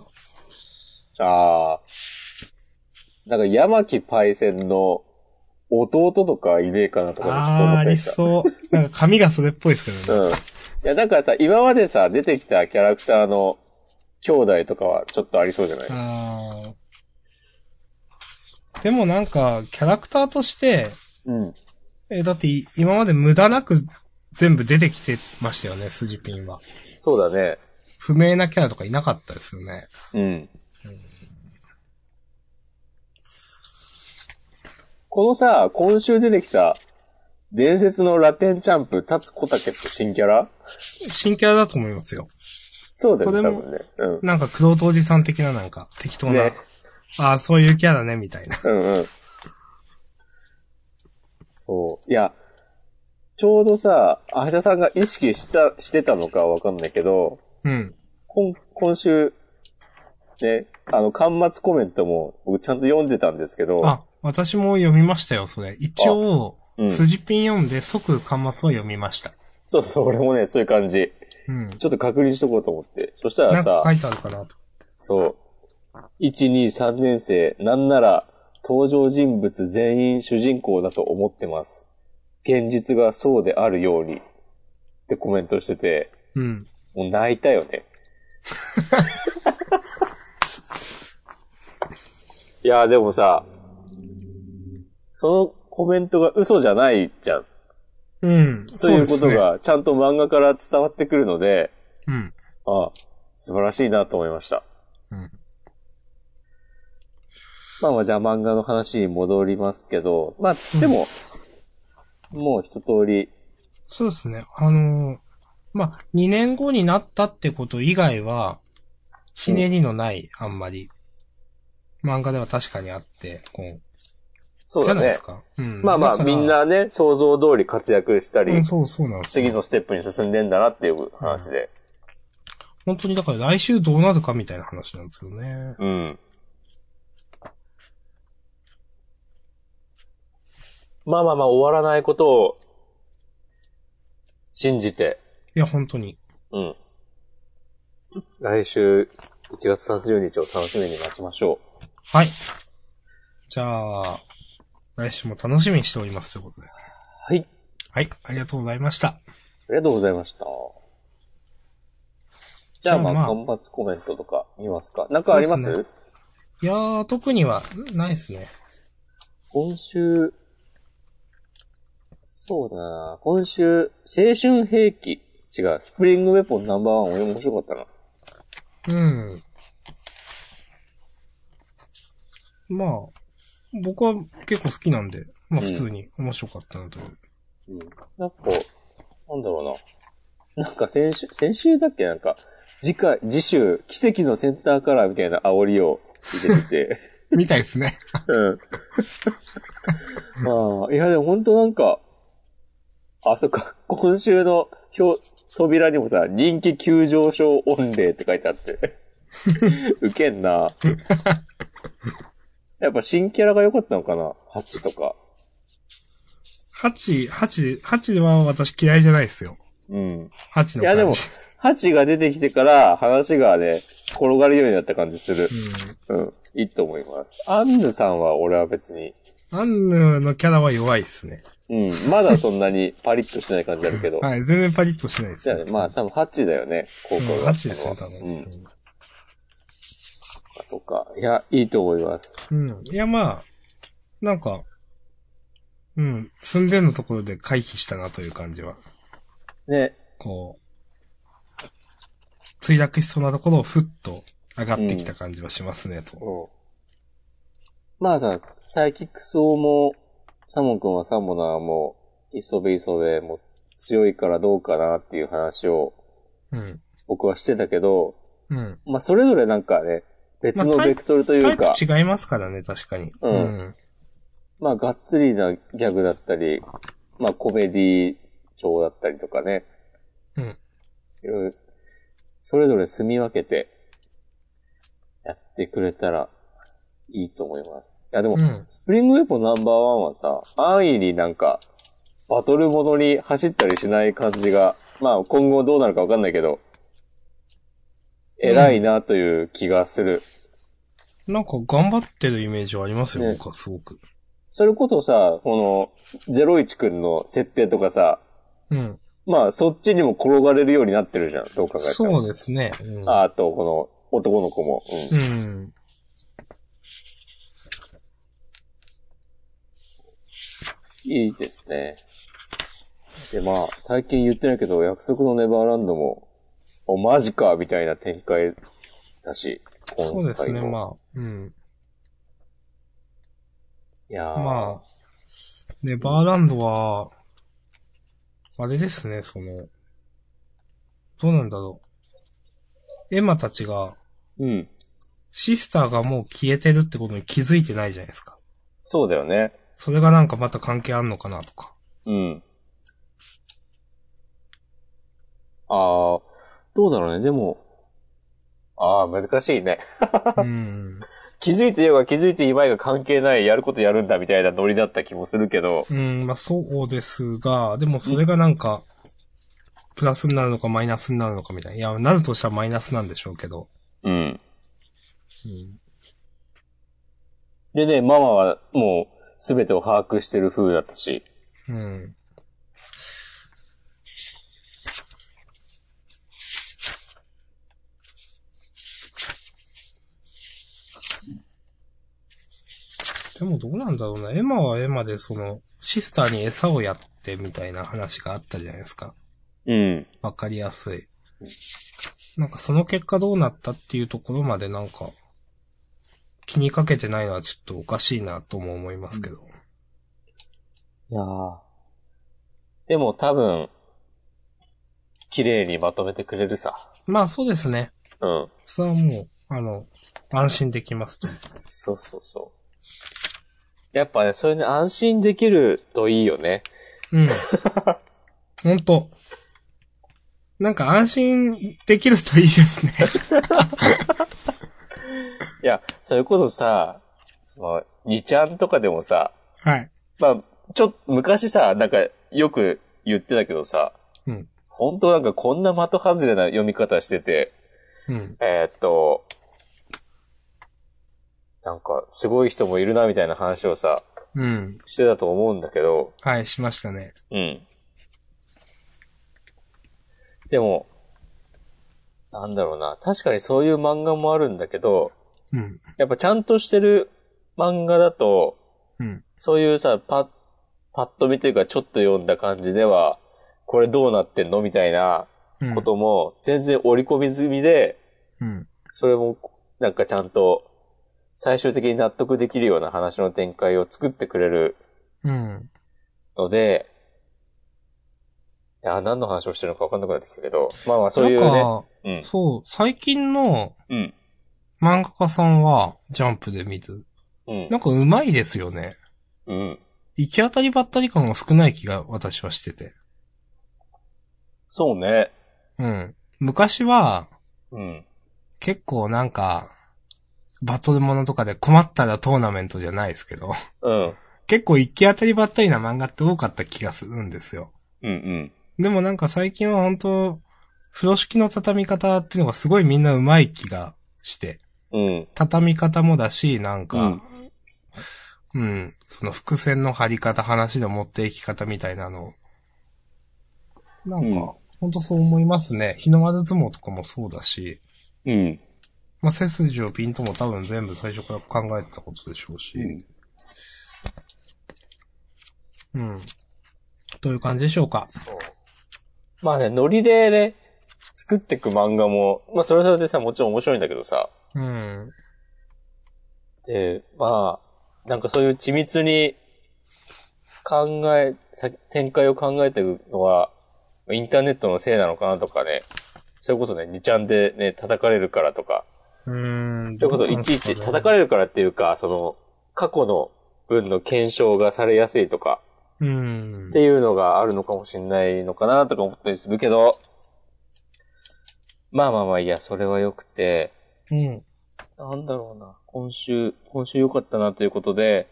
[SPEAKER 1] あー。なんか、山木パイセンの弟とかいねえかなとかちょっと
[SPEAKER 2] あー、
[SPEAKER 1] 思
[SPEAKER 2] あ
[SPEAKER 1] った
[SPEAKER 2] り
[SPEAKER 1] りした。
[SPEAKER 2] そう。なんか髪がそれっぽいですけど
[SPEAKER 1] うん。
[SPEAKER 2] ね。
[SPEAKER 1] いや、だからさ、今までさ、出てきたキャラクターの兄弟とかはちょっとありそうじゃない
[SPEAKER 2] あーでもなんか、キャラクターとして、
[SPEAKER 1] うん。
[SPEAKER 2] え、だってい今まで無駄なく全部出てきてましたよね、スジピンは。
[SPEAKER 1] そうだね。
[SPEAKER 2] 不明なキャラとかいなかったですよね。
[SPEAKER 1] うん。このさ、今週出てきた、伝説のラテンチャンプ、タツコタケって新キャラ
[SPEAKER 2] 新キャラだと思いますよ。
[SPEAKER 1] そうだよね、
[SPEAKER 2] これ
[SPEAKER 1] 多
[SPEAKER 2] も
[SPEAKER 1] 分ね。うん。
[SPEAKER 2] なんか、黒藤おじさん的ななんか、適当な、
[SPEAKER 1] ね
[SPEAKER 2] ああ、そういうキャラね、みたいな。
[SPEAKER 1] うんうん。そう。いや、ちょうどさ、橋田さんが意識した、してたのかわかんないけど、
[SPEAKER 2] うん。
[SPEAKER 1] 今、今週、ね、あの、端末コメントも、僕ちゃんと読んでたんですけど、
[SPEAKER 2] あ、私も読みましたよ、それ。一応、
[SPEAKER 1] うん
[SPEAKER 2] スジピン読んで即巻末を読みました。
[SPEAKER 1] そうそう、俺もね、そういう感じ。
[SPEAKER 2] うん。
[SPEAKER 1] ちょっと確認しとこうと思って。そした
[SPEAKER 2] な
[SPEAKER 1] ら
[SPEAKER 2] んか
[SPEAKER 1] さ
[SPEAKER 2] 書、いてあるかなと。
[SPEAKER 1] そう。1、2、3年生、なんなら、登場人物全員主人公だと思ってます。現実がそうであるように。ってコメントしてて、
[SPEAKER 2] うん。
[SPEAKER 1] もう泣いたよ ね。いや、でもさ、そのコメントが嘘じゃないじゃん。
[SPEAKER 2] うん。
[SPEAKER 1] という
[SPEAKER 2] そ
[SPEAKER 1] こ
[SPEAKER 2] です
[SPEAKER 1] と
[SPEAKER 2] ね
[SPEAKER 1] が、ちゃんと漫画から伝わってくるので、
[SPEAKER 2] うん。
[SPEAKER 1] ああ、素晴らしいなと思いました。
[SPEAKER 2] うん。
[SPEAKER 1] まあまあじゃあ漫画の話に戻りますけど、まあつっても、もう一通り、
[SPEAKER 2] そうですね。あのーまあ、2年後になったってこと以外は、ひねりのない、あんまり。漫画では確かにあって、こ、
[SPEAKER 1] そうう
[SPEAKER 2] じゃ
[SPEAKER 1] だ
[SPEAKER 2] ないで
[SPEAKER 1] ね
[SPEAKER 2] す。か。うん。
[SPEAKER 1] まあまあ、
[SPEAKER 2] だから
[SPEAKER 1] みん、なね、想像通り活躍した
[SPEAKER 2] う
[SPEAKER 1] り
[SPEAKER 2] ん、、そうそうなんです
[SPEAKER 1] 次
[SPEAKER 2] よ。
[SPEAKER 1] のステップに進んでんだなっていう話で。
[SPEAKER 2] 本当にだから来週どうなるかみたいな話なんですよね。
[SPEAKER 1] うん。まあまあまあ、終わらないことを、信じて、
[SPEAKER 2] いや、本当に。
[SPEAKER 1] うん。来週、1月30日を楽しみに待ちましょ
[SPEAKER 2] はい。じゃあ、来週も楽しみにしておりますということで。
[SPEAKER 1] う。はい。
[SPEAKER 2] はい、ありがとうございました。
[SPEAKER 1] ありがとうございました。じゃあ、まあ、
[SPEAKER 2] じゃあまあ
[SPEAKER 1] 間伐コメントとか見ますか。なんかあります
[SPEAKER 2] そうですいやー、特には、ないですね。
[SPEAKER 1] 今週、そうだな今週、青春兵器、違う、スプリングウェポンナンバーワン、俺面白かったな。
[SPEAKER 2] うん。まあ、僕は結構好きなんで、まあ
[SPEAKER 1] うん
[SPEAKER 2] 普通に面白かったなと。
[SPEAKER 1] うん。なんか、なんだろうな。なんか先週、先週だっけなんか、次回、次週、奇跡のセンターカラーみたいな煽りを入れてて。
[SPEAKER 2] みたいですね。
[SPEAKER 1] うん。 ああ、いやでも本当なんか、あ、そっか、 今週の表、扉にもさ、人気急上昇御礼って書いてあって。 ウケん な。やっぱ新キャラが良かったのかな ?8 とか。
[SPEAKER 2] 8、8、8は私嫌いじゃないですよ。
[SPEAKER 1] うん。
[SPEAKER 2] 8の感じ。
[SPEAKER 1] いやでも、8が出てきてから話がね、転がるようになった感じする。うん。いいと思います。アンヌさんは俺は別に、
[SPEAKER 2] うん。アンヌのキャラは弱いですね。
[SPEAKER 1] うん。まだそんなにパリッとしてない感じあるけ ど。
[SPEAKER 2] はい、全然パリッとしないです
[SPEAKER 1] だよ
[SPEAKER 2] ね。
[SPEAKER 1] ね。まあ、多分ハッチだよね。効
[SPEAKER 2] う
[SPEAKER 1] 果
[SPEAKER 2] ん、
[SPEAKER 1] が。
[SPEAKER 2] 8ですね、多
[SPEAKER 1] うん。
[SPEAKER 2] 分。
[SPEAKER 1] とか。いや、いいと思います。
[SPEAKER 2] うん。いや、まあ、なんか、うん、住んでんのところで回避したなという感じは。
[SPEAKER 1] ね。
[SPEAKER 2] こう、墜落しそうなところをふっと上がってきた感じはしますね、と。
[SPEAKER 1] うん。まあさ、サイキックス王も、サモン君はサモナーも、磯部磯部も強いからどうかなっていう話を
[SPEAKER 2] うん。
[SPEAKER 1] 僕はしてたけど、
[SPEAKER 2] うん。
[SPEAKER 1] まあそれぞれなんかね、別の
[SPEAKER 2] まあタイ
[SPEAKER 1] ベクトルとい
[SPEAKER 2] タイ
[SPEAKER 1] うか、
[SPEAKER 2] プ違いますからね、確かに。
[SPEAKER 1] うんまあがっつりなギャグだったり、まあコメディ調だったりとかね、
[SPEAKER 2] うん。
[SPEAKER 1] いろいろ、それぞれ住み分けて、やってくれたら、いいと思います。いや、でも、
[SPEAKER 2] う
[SPEAKER 1] ス
[SPEAKER 2] ん。
[SPEAKER 1] プリングウェポンナンバーワンはさ、安易になんか、バトルものに走ったりしない感じが、まあ、今後どうなるかわかんないけど、
[SPEAKER 2] うん
[SPEAKER 1] 偉いなという気がする。
[SPEAKER 2] なんか頑張ってるイメージはありますよ、
[SPEAKER 1] ね
[SPEAKER 2] 僕はすごく。
[SPEAKER 1] それこそさ、この、ゼロイチくんの設定とかさ、
[SPEAKER 2] うん。
[SPEAKER 1] まあ、そっちにも転がれるようになってるじゃん、どう考えたら。
[SPEAKER 2] そうですね。うん。
[SPEAKER 1] ああと、この、男の子も。うん
[SPEAKER 2] うん。
[SPEAKER 1] いいですね。で、まあ、最近言ってないけど、約束のネバーランドも、お、マジか、みたいな展開だし、
[SPEAKER 2] そうですね、
[SPEAKER 1] あ。
[SPEAKER 2] まあ。うん。
[SPEAKER 1] いやー
[SPEAKER 2] まあ、ネバーランドは、あれですね、その、どうなんだろう。エマたちが、
[SPEAKER 1] うん。
[SPEAKER 2] シスターがもう消えてるってことに気づいてないじゃないですか。
[SPEAKER 1] そうだよね。
[SPEAKER 2] それがなんかまた関係あんのかなとか。
[SPEAKER 1] うん。ああ、どうだろうね、でも、ああ、難しいね。
[SPEAKER 2] うん。
[SPEAKER 1] 気づいてようが気づいていまいが関係ない、やることやるんだ、みたいなノリだった気もするけど、
[SPEAKER 2] うん、まあそうですが、でもそれがなんか、プラスになるのかマイナスになるのかみたいな。いや、なぜとしたらマイナスなんでしょうけど。
[SPEAKER 1] うん。
[SPEAKER 2] うん。
[SPEAKER 1] でね、ママはもう全てを把握してる風だったし、
[SPEAKER 2] うん。でもどうなんだろうな。エマはエマでその、シスターに餌をやってみたいな話があったじゃないですか。
[SPEAKER 1] うん。
[SPEAKER 2] わかりやすい。なんかその結果どうなったっていうところまでなんか、気にかけてないのはちょっとおかしいなとも思いますけど。
[SPEAKER 1] いやーでも多分、綺麗にまとめてくれるさ。
[SPEAKER 2] まあそうですね。
[SPEAKER 1] うん。
[SPEAKER 2] それはもう、あの、安心できますと。
[SPEAKER 1] そうそうそう。やっぱね、それね、安心できるといいよね。
[SPEAKER 2] うん。ほんと。なんか安心できるといいです ね。
[SPEAKER 1] いや、それこそさ、まあ、2ちゃんとかでもさ、
[SPEAKER 2] はい。
[SPEAKER 1] まあ、ちょっと、昔さ、なんか、よく言ってたけどさ、
[SPEAKER 2] うん。
[SPEAKER 1] 本当なんかこんな的外れな読み方してて、
[SPEAKER 2] うん。
[SPEAKER 1] えーっと、なんか、すごい人もいるな、みたいな話をさ、
[SPEAKER 2] うん。
[SPEAKER 1] してたと思うんだけど、
[SPEAKER 2] はい、しましたね。
[SPEAKER 1] うん。でも、なんだろうな。確かにそういう漫画もあるんだけど、
[SPEAKER 2] うん。
[SPEAKER 1] やっぱちゃんとしてる漫画だと、
[SPEAKER 2] うん。
[SPEAKER 1] そういうさ、パッ、パッと見というかちょっと読んだ感じでは、これどうなってんのみたいな
[SPEAKER 2] うん
[SPEAKER 1] ことも全然織り込み済みで、
[SPEAKER 2] うん。
[SPEAKER 1] それもなんかちゃんと最終的に納得できるような話の展開を作ってくれる
[SPEAKER 2] うん。
[SPEAKER 1] ので、いや、何の話をしてるのか分かんなくなってきたけど、まあまあそういう
[SPEAKER 2] なん
[SPEAKER 1] ね。
[SPEAKER 2] か、
[SPEAKER 1] うん。
[SPEAKER 2] そう、最近の
[SPEAKER 1] うん。
[SPEAKER 2] 漫画家さんは、ジャンプで見る。
[SPEAKER 1] うん
[SPEAKER 2] なんか上手いですよね。
[SPEAKER 1] うん。
[SPEAKER 2] 行き当たりばったり感が少ない気が私はしてて。
[SPEAKER 1] そうね。
[SPEAKER 2] うん。昔は、
[SPEAKER 1] うん。
[SPEAKER 2] 結構なんか、バトルものとかで困ったらトーナメントじゃないですけど、
[SPEAKER 1] うん。
[SPEAKER 2] 結構行き当たりばったりな漫画って多かった気がするんですよ。
[SPEAKER 1] うんうん。
[SPEAKER 2] でもなんか最近は本当風呂敷の畳み方っていうのがすごいみんな上手い気がして、
[SPEAKER 1] うん。
[SPEAKER 2] 畳み方もだし、なん
[SPEAKER 1] う
[SPEAKER 2] か
[SPEAKER 1] ん、
[SPEAKER 2] うん、その伏線の張り方、話の持っていき方みたいなのをなんか、
[SPEAKER 1] うん
[SPEAKER 2] 本当そう思いますね。日の丸相撲とかもそうだし、
[SPEAKER 1] うん。
[SPEAKER 2] まあ、背筋をピンとも多分全部最初から考えてたことでしょうし、うん。という感じでしょうか。
[SPEAKER 1] まあね、ノリでね、作ってく漫画も、まあそれぞれでさ、もちろん面白いんだけどさ、
[SPEAKER 2] うん。
[SPEAKER 1] で、まあ、なんかそういう緻密に考え、さ展開を考えてるのは、インターネットのせいなのかなとかね、それこそね、2ちゃんでね、叩かれるからとか、
[SPEAKER 2] うん。
[SPEAKER 1] それこそいちいち叩かれるからっていうか、その、過去の分の検証がされやすいとか、
[SPEAKER 2] うん
[SPEAKER 1] っ。ていうのがあるのかもしれないのかなとか思ったりするけど、まあまあまあ、いや、それは良くて、
[SPEAKER 2] うん。
[SPEAKER 1] なんだろうな、今週、今週良かったなということで、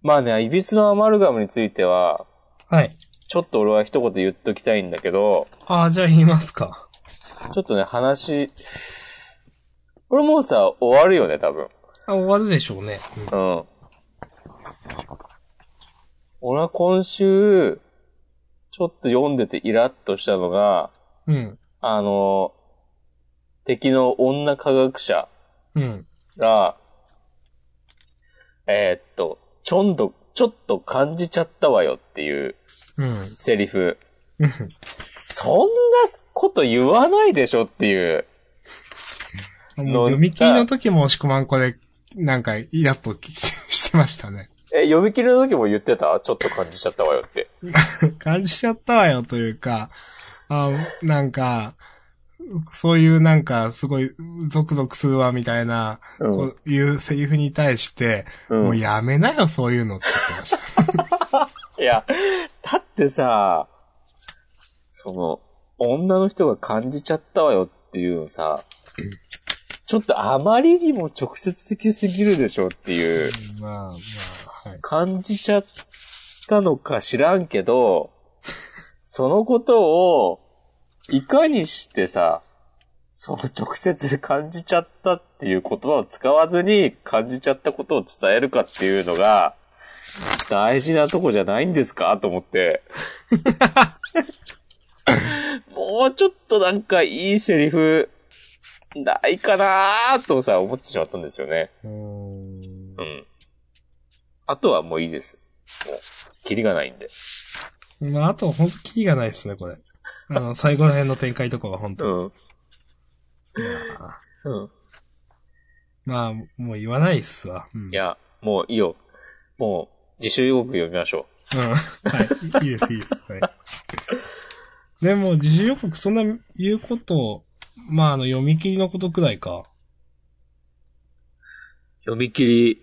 [SPEAKER 1] まあね、いびつのアマルガムについては、
[SPEAKER 2] はい。
[SPEAKER 1] ちょっと俺は一言言っときたいんだけど、
[SPEAKER 2] ああ、じゃあ言いますか。
[SPEAKER 1] ちょっとね、話、これもうさ、終わるよね、多分。
[SPEAKER 2] あ、終わるでしょうね。
[SPEAKER 1] うん。俺は今週、ちょっと読んでてイラッとしたのが、
[SPEAKER 2] うん。うん。
[SPEAKER 1] あの、敵の女科学者
[SPEAKER 2] うん。
[SPEAKER 1] が、えーっと、ちょんと、ちょっと感じちゃったわよっていう
[SPEAKER 2] うん。
[SPEAKER 1] セリフ。
[SPEAKER 2] うん。
[SPEAKER 1] そんなこと言わないでしょっていう。
[SPEAKER 2] もう読み切りの時も押し込まんこで、なんか、イラッとしてましたね。
[SPEAKER 1] え、読み切りの時も言ってたちょっと感じちゃったわよって。
[SPEAKER 2] 感じちゃったわよというか、あなんか、そういうなんか、すごい、ゾクゾクするわみたいな、
[SPEAKER 1] う
[SPEAKER 2] こういうセリフに対して、
[SPEAKER 1] うん
[SPEAKER 2] もうやめなよ、そういうのって言って ました。
[SPEAKER 1] いや、だってさ、その、女の人が感じちゃったわよっていうのさ、ちょっとあまりにも直接的すぎるでしょっていう。
[SPEAKER 2] まあまあ、はい。
[SPEAKER 1] 感じちゃったのか知らんけど、 そのことを、いかにしてさ、その直接感じちゃったっていう言葉を使わずに感じちゃったことを伝えるかっていうのが、大事なとこじゃないんですかと思 って。もうちょっとなんかいいセリフ、ないかなーとさ、思ってしまったんですよね。
[SPEAKER 2] うーん
[SPEAKER 1] うん。あとはもういいです。もう、キリがないんで。
[SPEAKER 2] まあ、あと、ほんと、キリがないですね、これ。あの、最後ら辺の展開とかは本当、
[SPEAKER 1] ん。
[SPEAKER 2] まあ
[SPEAKER 1] うん。
[SPEAKER 2] まあ、もう言わないっすわ。うん、
[SPEAKER 1] い。や、もういいよ。もう、自習予告読みましょ
[SPEAKER 2] うん。はい。いいです、いいです。はい。でも、自主予告そんな言うことを、まあ、あの、読み切りのことくらいか。
[SPEAKER 1] 読み切り、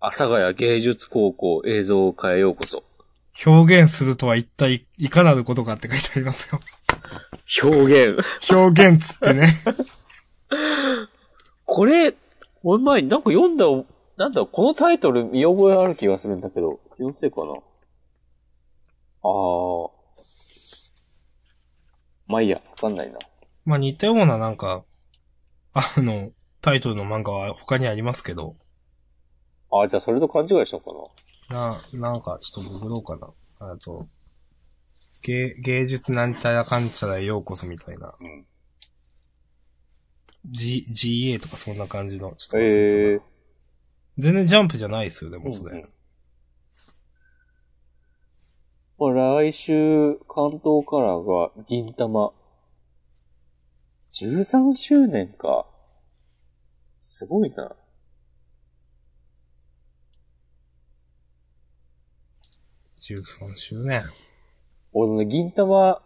[SPEAKER 1] 阿佐ヶ谷芸術高校映像を変えようこそ。
[SPEAKER 2] 表現するとは一体いかなることかって書いてありますよ。
[SPEAKER 1] 表現。
[SPEAKER 2] 表現っつってね。
[SPEAKER 1] これ、俺前になんか読んだ、なんだ、このタイトル見覚えある気がするんだけど、気のせいかな。あー。まあいいや、わかんないな。
[SPEAKER 2] まあ、似たようななんか、あの、タイトルの漫画は他にありますけど、
[SPEAKER 1] あー、じゃあそれと勘違いしたのかな。
[SPEAKER 2] な、なんかちょっとググろうかな。あと、芸、芸術なんちゃらかんちゃらへようこそみたいな。
[SPEAKER 1] うん。
[SPEAKER 2] G、GA とかそんな感じの、ちょっと忘れたな
[SPEAKER 1] えー。
[SPEAKER 2] 全然ジャンプじゃないですよ、でもそれ。
[SPEAKER 1] うんうんまあ、来週、関東カラーが銀玉。13周年か。すごいな。
[SPEAKER 2] 13周年。
[SPEAKER 1] 俺ね、銀玉、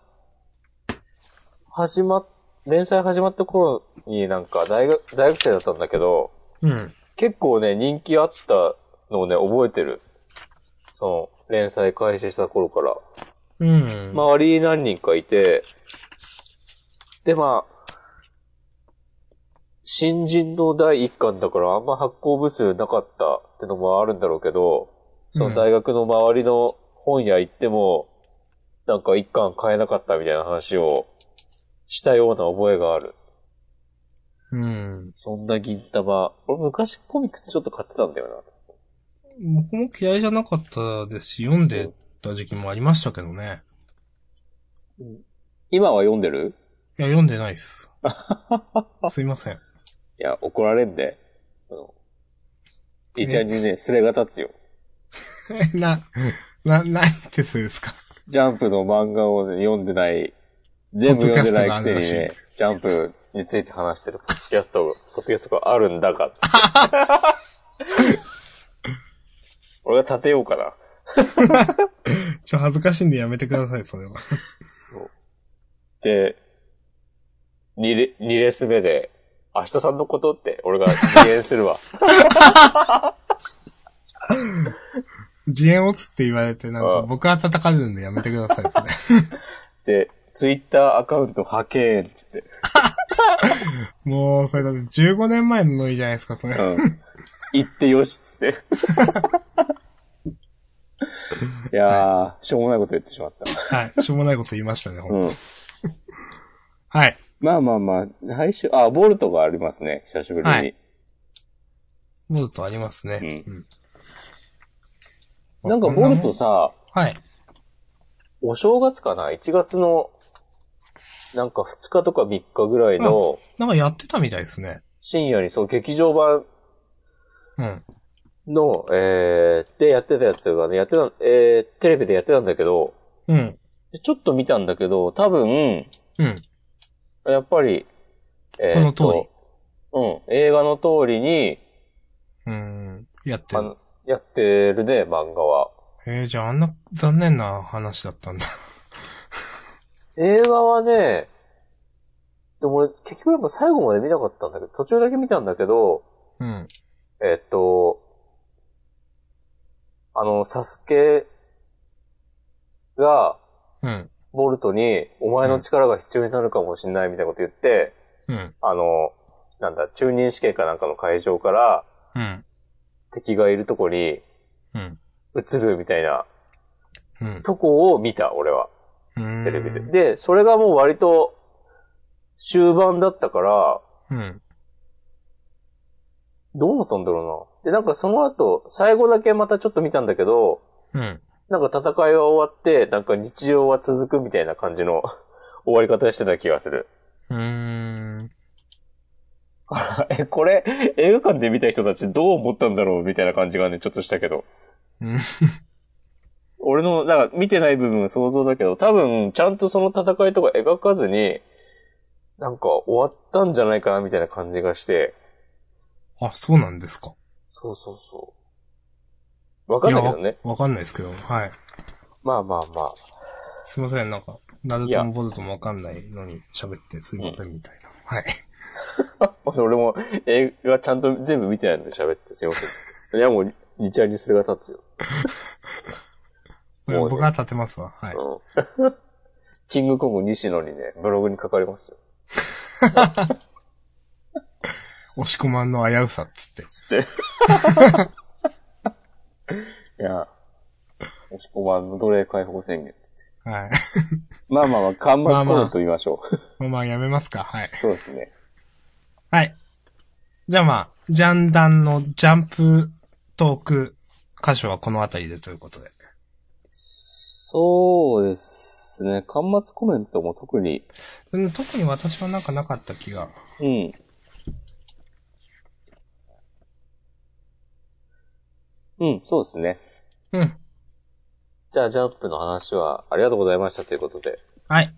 [SPEAKER 1] 始まっ、連載始まった頃になんか大学、大学生だったんだけど、
[SPEAKER 2] うん。
[SPEAKER 1] 結構ね、人気あったのをね、覚えてる。その、連載開始した頃から。
[SPEAKER 2] うん。
[SPEAKER 1] 周りに何人かいて、で、まあ、新人の第一巻だからあんま発行部数なかったってのもあるんだろうけど、そ
[SPEAKER 2] うん
[SPEAKER 1] の大学の周りの本屋行っても、なんか一巻買えなかったみたいな話をしたような覚えがある。
[SPEAKER 2] うん。
[SPEAKER 1] そんな銀玉。俺昔コミックスちょっと買ってたんだよ
[SPEAKER 2] 僕も嫌いじゃなかったですし、読んでた時期もありましたけどね。
[SPEAKER 1] な。今は読んでる
[SPEAKER 2] いや、読んでない っす。すいません。
[SPEAKER 1] いや、怒られんで。あのいちゃんにね、スレが立つよ。
[SPEAKER 2] な、な、ないってそうですか。
[SPEAKER 1] ジャンプの漫画をね、読んでない、全部読んでないくせに
[SPEAKER 2] ポッドキャストが
[SPEAKER 1] ね
[SPEAKER 2] あるら、
[SPEAKER 1] ジャンプについて話してるポッドキャストが、ポッドキャストがあるんだかっ つって。俺が立てようかな。
[SPEAKER 2] ちょ、恥ずかしいんでやめてください、それは。
[SPEAKER 1] で、2レ、二レース目で、明日さんのことって俺が自言するわ。
[SPEAKER 2] 自演落つって言われて、なん
[SPEAKER 1] あ
[SPEAKER 2] か
[SPEAKER 1] あ
[SPEAKER 2] 僕は叩かれるんでやめてください、それ。
[SPEAKER 1] で、ツイッターアカウント派遣っつって。
[SPEAKER 2] もう、それだって15年前のノリじゃないですか、それ。
[SPEAKER 1] うん。行ってよしっつ って。いやー、しょうもないこと言ってしまった。
[SPEAKER 2] はい。しょうもないこと言いましたね、ほんと
[SPEAKER 1] うん。
[SPEAKER 2] はい。
[SPEAKER 1] まあまあまあ、来週、あ、ボルトがありますね、久しぶりに。
[SPEAKER 2] はいボルトありますね。うん。
[SPEAKER 1] なんかボルトさ、
[SPEAKER 2] はい。
[SPEAKER 1] お正月かな ?1 月の、なんか2日とか3日ぐらいの
[SPEAKER 2] なんかやってたみたいですね。
[SPEAKER 1] 深夜にそう劇場版
[SPEAKER 2] うん。
[SPEAKER 1] の、えー、でやってたやつがね、やってた、えー、テレビでやってたんだけど、
[SPEAKER 2] うん。
[SPEAKER 1] でちょっと見たんだけど、多分、
[SPEAKER 2] うん。
[SPEAKER 1] やっぱり、えーっと
[SPEAKER 2] この通
[SPEAKER 1] うん、映画の通りに、
[SPEAKER 2] うん。やって
[SPEAKER 1] あ
[SPEAKER 2] る。
[SPEAKER 1] の、やってるね、漫画は。
[SPEAKER 2] えー、じゃああんな残念な話だったんだ。
[SPEAKER 1] 映画はね、でも俺、結局やっぱ最後まで見なかったんだけど、途中だけ見たんだけど、
[SPEAKER 2] うん。
[SPEAKER 1] えっと、あの、サスケが、
[SPEAKER 2] うん。
[SPEAKER 1] ボルトに、お前の力が必要になるかもしれないみたいなこと言って、
[SPEAKER 2] うん。
[SPEAKER 1] あの、なんだ、中任試験かなんかの会場から、
[SPEAKER 2] うん。
[SPEAKER 1] 敵がいるとこに
[SPEAKER 2] うん。
[SPEAKER 1] 移るみたいな
[SPEAKER 2] うん。
[SPEAKER 1] とこを見た、俺は。
[SPEAKER 2] うん
[SPEAKER 1] テレビで。で、それがもう割と、終盤だったから、
[SPEAKER 2] うん。
[SPEAKER 1] どうなったんだろうな。で、なんかその後、最後だけまたちょっと見たんだけど、
[SPEAKER 2] うん。
[SPEAKER 1] なんか戦いは終わって、なんか日常は続くみたいな感じの 終わり方してた気がする。
[SPEAKER 2] うーん。
[SPEAKER 1] え、これ、映画館で見た人たちどう思ったんだろうみたいな感じがね、ちょっとしたけど。
[SPEAKER 2] うん
[SPEAKER 1] 俺の、なんか見てない部分は想像だけど、多分、ちゃんとその戦いとか描かずに、なんか終わったんじゃないかなみたいな感じがして。
[SPEAKER 2] あ、そうなんですか。
[SPEAKER 1] そうそうそう。わかんないけど
[SPEAKER 2] いや
[SPEAKER 1] ね。
[SPEAKER 2] わわかんないですけど、はい。
[SPEAKER 1] まあまあまあ。
[SPEAKER 2] すいません、なんか、ナルトもボルトもわかんないのに喋ってすいません、みたいな。はい。
[SPEAKER 1] 俺も映画ちゃんと全部見てないのに喋ってすいません。いやもう、日夜にそれが立つよ。もうね
[SPEAKER 2] 僕は立てますわ。はい。
[SPEAKER 1] うん キングコング西野にね、ブログに書かれますよ。
[SPEAKER 2] 押し込まんの危うさっつって。
[SPEAKER 1] つって。 いや、押し込まんの奴隷解放宣言。
[SPEAKER 2] はい。
[SPEAKER 1] まあまあまあ、間
[SPEAKER 2] まあ
[SPEAKER 1] 伐
[SPEAKER 2] まあ
[SPEAKER 1] コメント言いましょう。
[SPEAKER 2] まあまあやめますか。はい。
[SPEAKER 1] そうですね。
[SPEAKER 2] はい。じゃあまあ、ジャンダンのジャンプトーク箇所はこの辺りでということで。
[SPEAKER 1] そうですね。間伐コメントも特に、
[SPEAKER 2] うん特に私はなんかなかった気が。
[SPEAKER 1] うん。うん、そうですね。
[SPEAKER 2] うん。
[SPEAKER 1] じゃあ、ジャンプの話はありがとうございましたということで。
[SPEAKER 2] はい。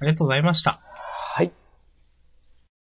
[SPEAKER 2] ありがとうございました。